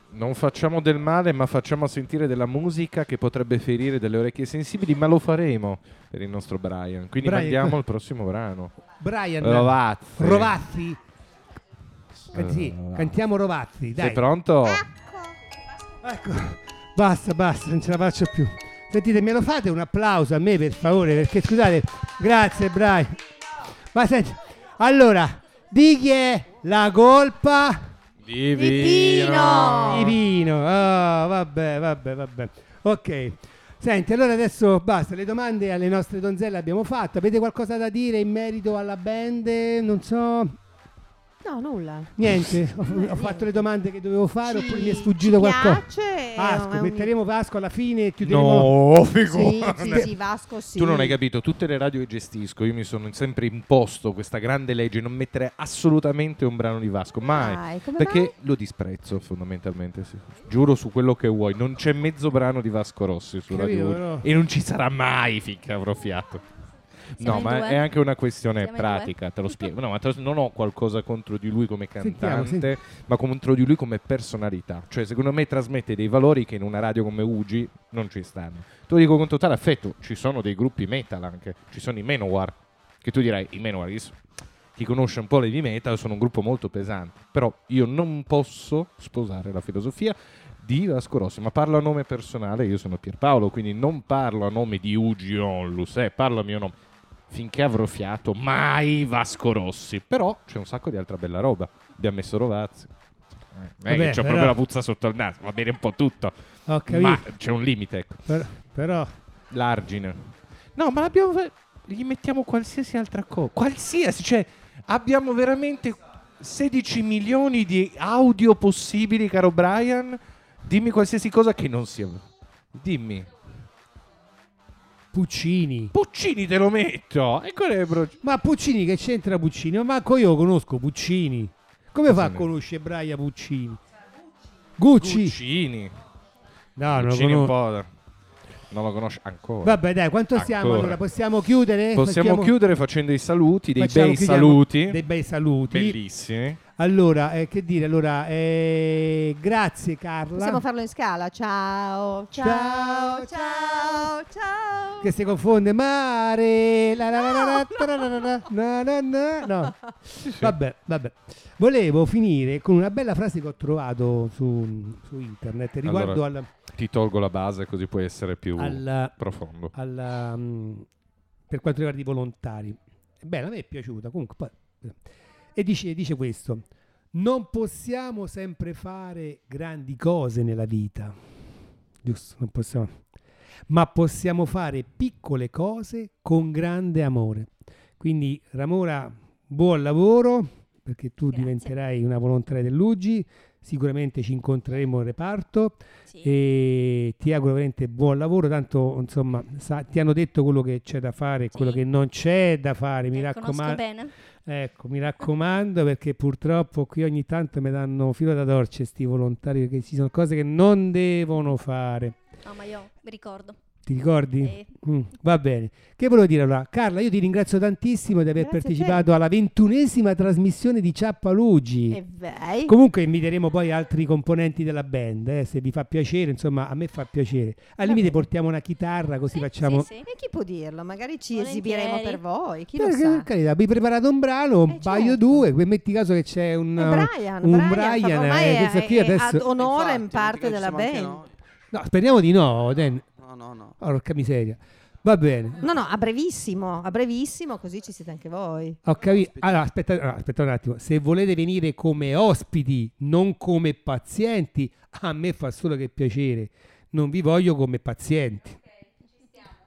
S2: Non facciamo del male, ma facciamo sentire della musica che potrebbe ferire delle orecchie sensibili, ma lo faremo per il nostro Brian. Quindi
S1: Brian,
S2: mandiamo
S1: qua-
S2: il prossimo brano.
S1: Brian.
S2: Rovazzi.
S1: Rovazzi. Eh sì,
S2: Rovazzi.
S1: cantiamo Rovazzi. Dai.
S2: Sei pronto?
S1: Ecco. Basta, basta, non ce la faccio più. Sentite, me lo fate un applauso a me per favore, perché scusate, grazie Brian. Ma senti, allora, di chi è la colpa?
S2: Divino.
S1: Divino. Ah, vabbè, vabbè, vabbè. Ok. Senti, allora adesso basta, le domande alle nostre donzelle abbiamo fatte. Avete qualcosa da dire in merito alla band? Non so,
S3: No, nulla.
S1: niente. Ho, ho fatto le domande che dovevo fare
S3: Ci-
S1: oppure mi è sfuggito
S3: ci
S1: qualcosa.
S3: piace, è
S1: Vasco,
S3: un-
S1: metteremo Vasco alla fine e chiuderemo.
S2: No,
S3: Sì,
S2: figo.
S3: sì, sì, Vasco sì.
S2: Tu non hai capito, tutte le radio che gestisco, io mi sono sempre imposto questa grande legge, non mettere assolutamente un brano di Vasco, mai.
S3: Dai, come
S2: Perché
S3: mai?
S2: lo disprezzo fondamentalmente, sì. giuro su quello che vuoi, non c'è mezzo brano di Vasco Rossi su
S1: Capito,
S2: Radio Uno.
S1: però.
S2: e non ci sarà mai finché avrò fiato.
S5: Siamo
S2: no,
S5: in
S2: ma
S5: due?
S2: è anche una questione
S5: Siamo in
S2: pratica, te lo spiego. No, ma te lo- non ho qualcosa contro di lui come cantante,
S1: Sentiamo, senti-
S2: ma contro di lui come personalità. Cioè, secondo me trasmette dei valori che in una radio come Ugi non ci stanno. Te lo dico con totale affetto, ci sono dei gruppi metal anche, ci sono i Manowar, che tu direi, i Manowar, chi s- chi conosce un po' l'heavy metal, sono un gruppo molto pesante, però io non posso sposare la filosofia di Vasco Rossi, ma parlo a nome personale, io sono Pierpaolo, quindi non parlo a nome di Ugi Onlus, eh, parlo a mio nome. Finché avrò fiato, mai Vasco Rossi. Però c'è un sacco di altra bella roba. Abbiamo messo Rovazzi. Eh, non è
S1: Vabbè,
S2: che c'ho
S1: però-
S2: proprio la puzza sotto il naso, va bene un po' tutto.
S1: Ho capito.
S2: Ma c'è un limite, ecco.
S1: Però, però-
S2: L'argine. No, ma l'abbiamo. ve- Gli mettiamo qualsiasi altra cosa. Qualsiasi, cioè, abbiamo veramente 16 milioni di audio possibili, caro Brian. Dimmi qualsiasi cosa che non sia. Dimmi.
S1: Puccini.
S2: Puccini te lo metto. E quello è bro-
S1: Ma Puccini che c'entra Puccini? Ma manco io conosco Puccini. Come fa a
S2: Puccini.
S1: conoscere Braia Puccini? Gucci.
S2: Puccini.
S1: No, Ah, non lo
S2: Puccini un
S1: conosco.
S2: po'. Non lo conosce ancora.
S1: Vabbè, dai, quanto siamo
S2: Ancora.
S1: allora? Possiamo chiudere?
S2: Possiamo
S1: Facciamo-
S2: chiudere facendo i saluti, dei
S1: facciamo-
S2: bei
S1: chiudiamo-
S2: saluti.
S1: Dei bei saluti.
S2: Bellissimi.
S1: Allora, eh, che dire? Allora, eh, grazie Carla.
S3: Possiamo farlo in scala. Ciao,
S1: Ciao,
S3: ciao, ciao, ciao.
S1: che si confonde mare la la la la la, tararara, na na na, no vabbè vabbè volevo finire con una bella frase che ho trovato su, su internet riguardo al-
S2: Ti tolgo la base così puoi essere più
S1: alla-
S2: profondo.
S1: alla, mm, per quanto riguarda i volontari è bella a me è piaciuta comunque poi- eh. e dice, dice questo non possiamo sempre fare grandi cose nella vita giusto non possiamo ma possiamo fare piccole cose con grande amore quindi Ramora buon lavoro perché tu
S5: Grazie.
S1: diventerai una volontaria dell'UGI sicuramente ci incontreremo in reparto
S5: Sì.
S1: e ti auguro veramente buon lavoro tanto insomma sa- ti hanno detto quello che c'è da fare e
S5: Sì.
S1: quello che non c'è da fare mi
S5: Te Eh, conosco
S1: raccomando
S5: bene.
S1: ecco mi raccomando perché purtroppo qui ogni tanto mi danno filo da torce sti volontari perché ci sono cose che non devono fare
S5: No, ma io mi ricordo.
S1: ti ricordi?
S5: Eh,
S1: Mm, va bene che volevo dire allora Carla io ti ringrazio tantissimo di aver
S3: Grazie a te.
S1: partecipato alla ventunesima trasmissione di Ciappalugi
S3: E vai.
S1: Comunque inviteremo poi altri componenti della band, eh, se vi fa piacere, insomma a me fa piacere. Al limite
S3: bene.
S1: portiamo una chitarra così facciamo...
S5: Sì, sì.
S3: E chi può dirlo? Magari ci
S5: Volentieri.
S3: esibiremo per voi, chi
S1: Eh,
S3: lo
S1: che
S3: sa.
S1: carità, vi preparate un brano, un
S3: Eh,
S1: paio
S3: certo.
S1: due, que- metti caso che c'è un...
S3: E Brian,
S1: un
S3: Brian,
S1: Brian,
S3: fa- ormai
S1: eh,
S3: è-
S1: questo qui
S3: è
S1: adesso-
S3: ad onore in
S4: Infatti,
S3: parte
S4: mica
S3: della
S4: ci siamo anche
S3: band.
S1: No, speriamo di no, Dan.
S4: noi. No, no, no.
S1: Porca miseria. Va bene,
S3: No, no, a brevissimo, a brevissimo, così ci siete anche voi.
S1: ho capito. Allora, aspetta, allora, aspetta un attimo. Se volete venire come ospiti, non come pazienti, a me fa solo che piacere. Non vi voglio come pazienti.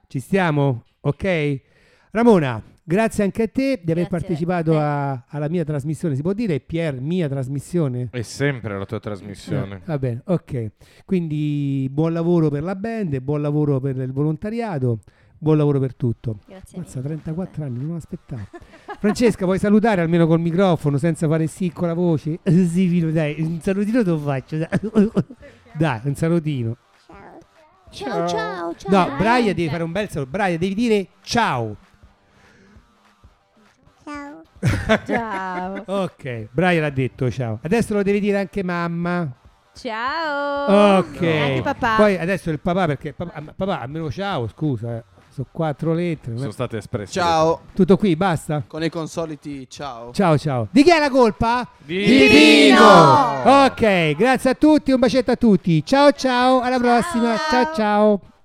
S1: Ci stiamo? Ok? Ramona, grazie anche a te di aver
S5: Grazie
S1: partecipato
S5: a
S1: a- alla mia trasmissione. Si può dire Pier, mia trasmissione?
S2: È sempre la tua trasmissione.
S1: Eh, va bene, ok. Quindi buon lavoro per la band, e buon lavoro per il volontariato, buon lavoro per tutto.
S5: Grazie.
S1: Mazza,
S5: mille.
S1: 34 anni, non me l'aspettavo. Francesca, vuoi salutare almeno col microfono senza fare sì con la voce? Eh, Sì, Vino, dai, un salutino te lo faccio. dai. Dai, un salutino.
S9: Ciao.
S5: Ciao, ciao, ciao.
S1: No, Braia devi fare un bel saluto. Braia, devi dire ciao.
S9: Ciao.
S3: Ciao.
S1: Ok, Brian ha detto ciao. Adesso lo devi dire anche mamma.
S6: Ciao!
S1: Ok.
S2: E anche
S3: Oh, papà.
S1: Poi adesso il papà perché papà, ah, ma papà, almeno ciao, scusa, eh, sono quattro lettere. non è-
S2: Sono state espresse.
S4: Ciao,
S1: Tutto qui, basta.
S4: con i consoliti, ciao.
S1: Ciao ciao. Di chi è la colpa?
S2: Di
S1: Ok, grazie a tutti, un bacetto a tutti. Ciao ciao, alla prossima. Ciao ciao.